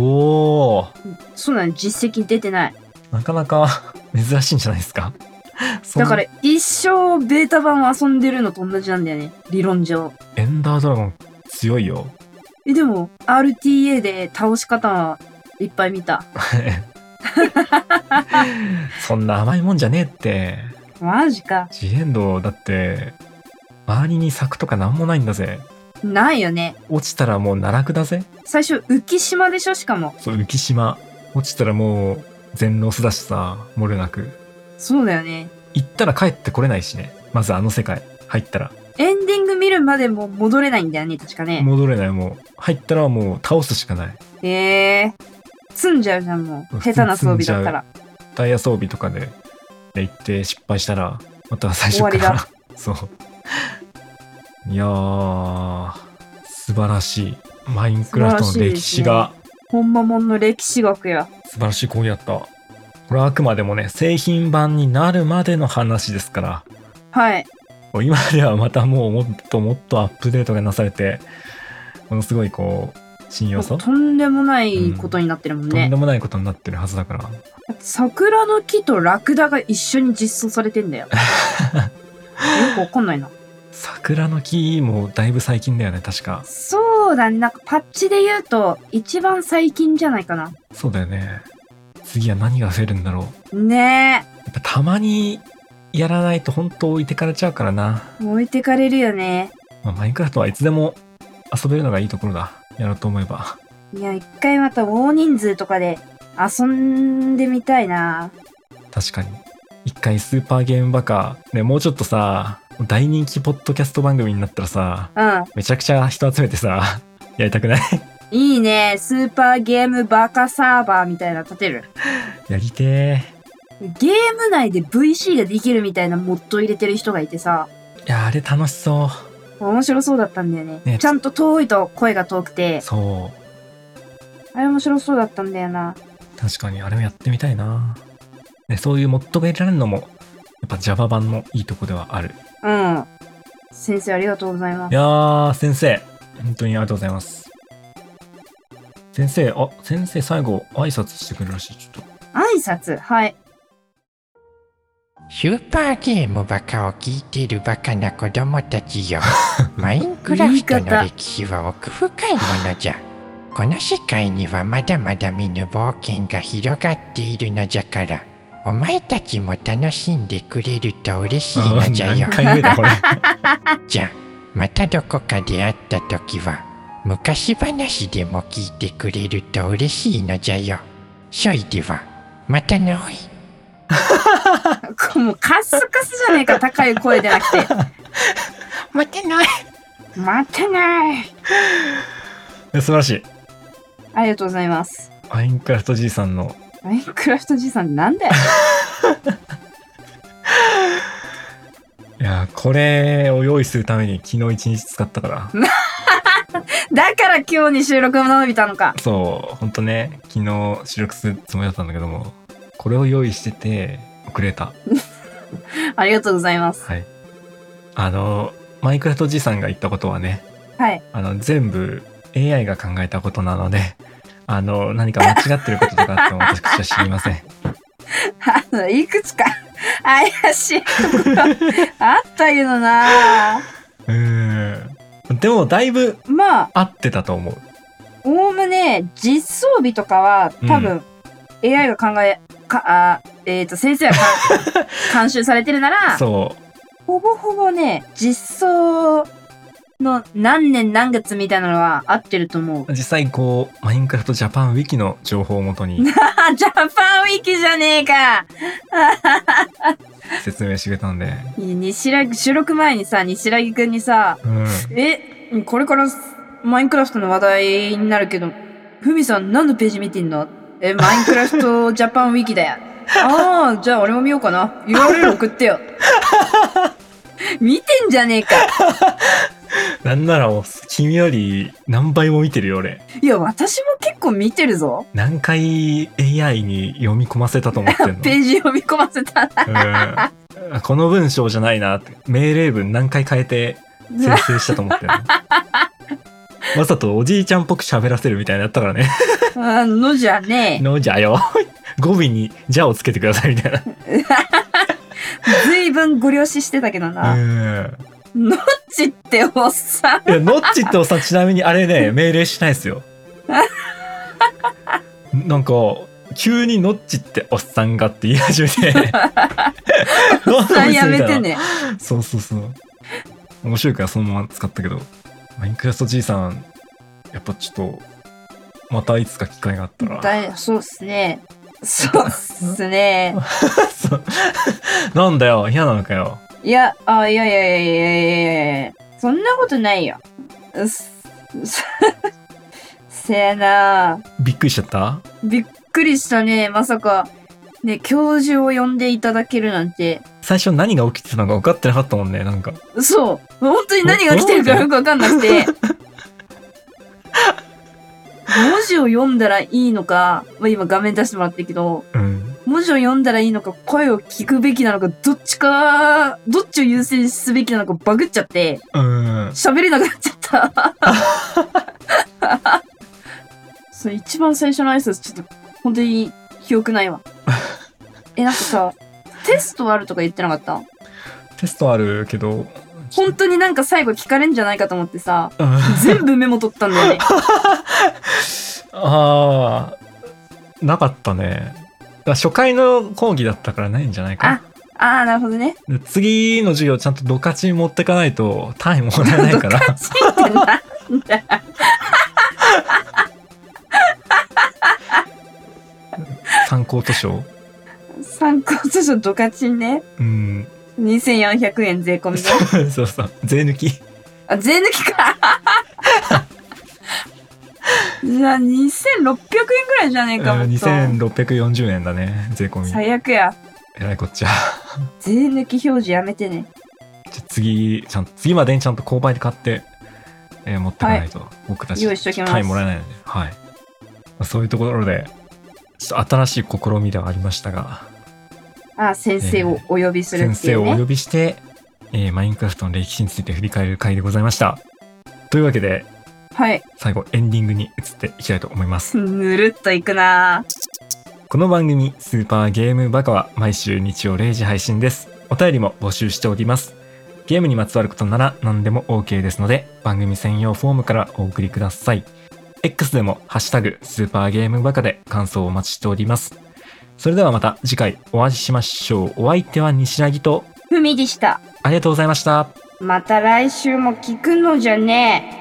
A: お
B: そうなの、実績出てない。
A: なかなか 珍しいんじゃないですかそん
B: だから一生ベータ版を遊んでるのと同じなんだよね。理論上。
A: エンダードラゴン強い よ
B: え、でも RTA で倒し方はいっぱい見た。
A: そんな甘いもんじゃねえって
B: マジか。
A: ジエンドだって周りに柵とかなんもないんだぜ
B: ないよね。
A: 落ちたらもう奈落だぜ
B: 最初浮島でしょしかも。
A: そう浮島落ちたらもう全ロスだしさもれなく
B: そうだよね。
A: 行ったら帰ってこれないしねまずあの世界入ったら
B: エンディング見るまでも戻れないんだよね、確かね。
A: 戻れないもう入ったらもう倒すしかない
B: へえー。積んじゃうじゃん、も
A: う
B: う。
A: ん
B: 下手な装備だったら。
A: ダイヤ装備とかで行って失敗したらまた最初か
B: 終わり
A: らそういやー素晴らしいマインクラフトの歴史が
B: ほんまもんの歴史学や。
A: 素晴らしい講義だったこれはあくまでもね製品版になるまでの話ですから
B: はい。
A: こう今ではまたもうもっともっとアップデートがなされてものすごいこう信用素と
B: とんでもないことになってるもんね。
A: んでもないことになってるはずだから
B: 桜の木とラクダが一緒に実装されて んだよ。よくわかんないな。
A: 桜の木もだいぶ最近だよね確か
B: そうだね。なんかパッチで言うと、一番最近じゃないかな。
A: そうだよね次は何が増えるんだろう
B: ね
A: やっぱたまにやらないと本当置いてかれちゃうからな、
B: え。置いてかれるよね。
A: まあ、マインクラフトはいつでも遊べるのがいいところだやろうと思えば
B: いや、一回また大人数とかで遊んでみたいな。
A: 確かに一回スーパーゲームバカねもうちょっとさ大人気ポッドキャスト番組になったらさ
B: うん。
A: めちゃくちゃ人集めてさ やりたくない
B: いいね。スーパーゲームバカサーバーみたいなの立てる。
A: やりてえ
B: ゲーム内で VC ができるみたいなモッドを入れてる人がいてさ、
A: いやあれ楽しそ
B: 面白そうだったんだよね。
A: ね
B: ちゃんと遠いと声が遠
A: う
B: くて、
A: そう
B: あれ面白そうだったんだよな。
A: 確かにあれもやってみたいな、ね、そういうモッドが入れられるのもやっぱ Java 版のいいとこではある
B: うん。先生ありがとうございま
A: い
B: す。
A: やー、先生、本当にありがとうございます。先生、あ、先生最後、挨拶してくれるらしい、ちょっ
B: 挨拶はい。
C: スーパーゲームバカを聞いているバカな子供たちよ。マインクラフトの歴史は奥深いものじゃ。この世界にはまだまだ見ぬ冒険が広がっているのじゃから、お前たちも楽しんでくれると嬉しい
A: と。
C: のじゃよ
A: 何。回目だ、 これ。
C: じゃ、またどこかで会った時は、昔話でも聞いてくれると嬉しいのじゃよ。そいでは、またのい。
B: もうカスカスじゃねえか、高い声でなくて。
C: またのい。
B: 待てない。
A: 素晴らしい。
B: ありがとうございます。
A: マインクラフトじいさんの、
B: マインクラフトじいさんってなんだよ。
A: いやー、これを用意するために昨日一日使ったから。
B: だから今日に収録も伸びたのか。
A: そう、ほんとね、昨日収録するつもりだったんだけども、これを用意してて、遅れた。
B: ありがとうございます。
A: はい。あの、マインクラフトじいさんが言ったことはね、
B: はい。
A: あの、全部 AI が考えたことなので、あの、何か間違ってることとかあっても私は知りません。
B: あの、いくつか 怪しいところあったけどな
A: うーん。でも、だいぶ
B: まあ、
A: 合ってたと思う。
B: おおむね、実装日とかは多分、AI が考え、か、あえっ、と、先生がか監修されてるなら、
A: そ
B: ほぼほぼね、実装の何年何月みたいなのは合ってると思う。
A: う。実際、こう、マインクラフトジャパンウィキの情報をもとに
B: あ、ジャパンウィキじゃねえか
A: 説明してくれたんで。
B: 西ら収録前にさ、西らぎくんにさ、
A: うん。
B: え、これからマインクラフトの話題になるけど、ふみさん何のページ見てんのえ、マインクラフトジャパンウィキだよ。ああ、じゃあ俺も見ようかな。URL 送ってよ。見てんじゃねえか。
A: なんならもう、君より何倍も見てるよ、俺。
B: いや、私も結構見てるぞ。
A: 何回 AI に読み込ませたと思ってんの。
B: ページ読み込ませたら。
A: うんあこの文章じゃないなって命令文何回変えて生成したと思ってるわざとおじいちゃんっぽく喋らせるみたいなのやったからね
B: あのじゃね
A: のじゃよ。 語尾に「じゃ」をつけてくださいみたいな。
B: え。ずいぶんご了承してたけど
A: う
B: な。
A: ん
B: ノッチっておっさん。
A: いや、ノッチっておっさんちなみにあれね、命令しないですよ。なんか、急にノッチっておっさんがって言い始めて。 おっ
B: さんやめて。ね。
A: そうそうそう。面白いからそのまま使ったけど。マインクラフトじいさん、やっぱちょっと、またいつか機会があったら。
B: だいそうっす ね。そうっすね。
A: そう なんだよ、嫌なのかよ。
B: いや、あ、いやいやいやいやいやいやそんなことないよ。うっすうっすせやな
A: びっくりしちゃった
B: びっくりしたね。まさか、ね、教授を呼んでいただけるなんて。
A: 最初何が起きてたのか分かってなかったもんね、なんか。
B: そう。本当に何が来てるかよくわかんなくて。文字を読んだらいいのか、まあ、今画面出してもらったけど、
A: うん。
B: 文字を読んだらいいのか、声を聞くべきなのか、どっちか、どっちを優先すべきなのかバグっちゃって、
A: うん。
B: 喋れなくなっちゃった。そう、一番最初の挨拶、ちょっと、本当に記憶ないわ。え、なんかさ、テストあるとか言ってなかった
A: テストあるけど、
B: 本当になんか最後聞かれんじゃないかと思ってさ、
A: うん
B: 全部メモ取ったんだよね。
A: ああ、なかったね。だから初回の講義だったからないんじゃないか
B: ああ、なるほどね。
A: な。で次の授業ちゃんとドカチン持ってかないと単位もらえない から。
B: ついてなんだよ。
A: 参考図書。
B: 参考図書ドカチンね。
A: うん。
B: 2400円税込みで。
A: そうそう。税抜き。
B: あ、税抜きか。じゃあ、2600円ぐらいじゃねえ
A: うん
B: か、もっと。
A: 2640円だね。税込み。
B: 最悪や。
A: えらいこっちゃ。
B: 税抜き表示やめてね。
A: じゃあ次、ちゃんと、次までにちゃんと購買で買って、えー持ってかないと、僕たち、
B: 用意しときます
A: 単位もらえないので。はい。まあそういうところで、ちょっと新しい試みではありましたが、
B: ああ、先生をお呼びする
A: 先
B: ってい
A: 生
B: う
A: をお
B: ね。
A: 呼びして、えーマインクラフトの歴史について振り返る回でございました。というわけで、
B: はい。
A: 最後エンディングに移っていきたいと思います。
B: ぬるっといくな
A: この番組、スーパーゲームバカは毎週日曜0時配信です。お便りも募集しております。ゲームにまつわることなら何でも OK ですので、番組専用フォームからお送りください。X でも、ハッシュタグ、スーパーゲームバカで感想をお待ちしております。それではまた次回お会いしましょう。お相手は西柳と、
B: ふみでした。
A: ありがとうございました。
B: また来週も聞くのじゃねえ。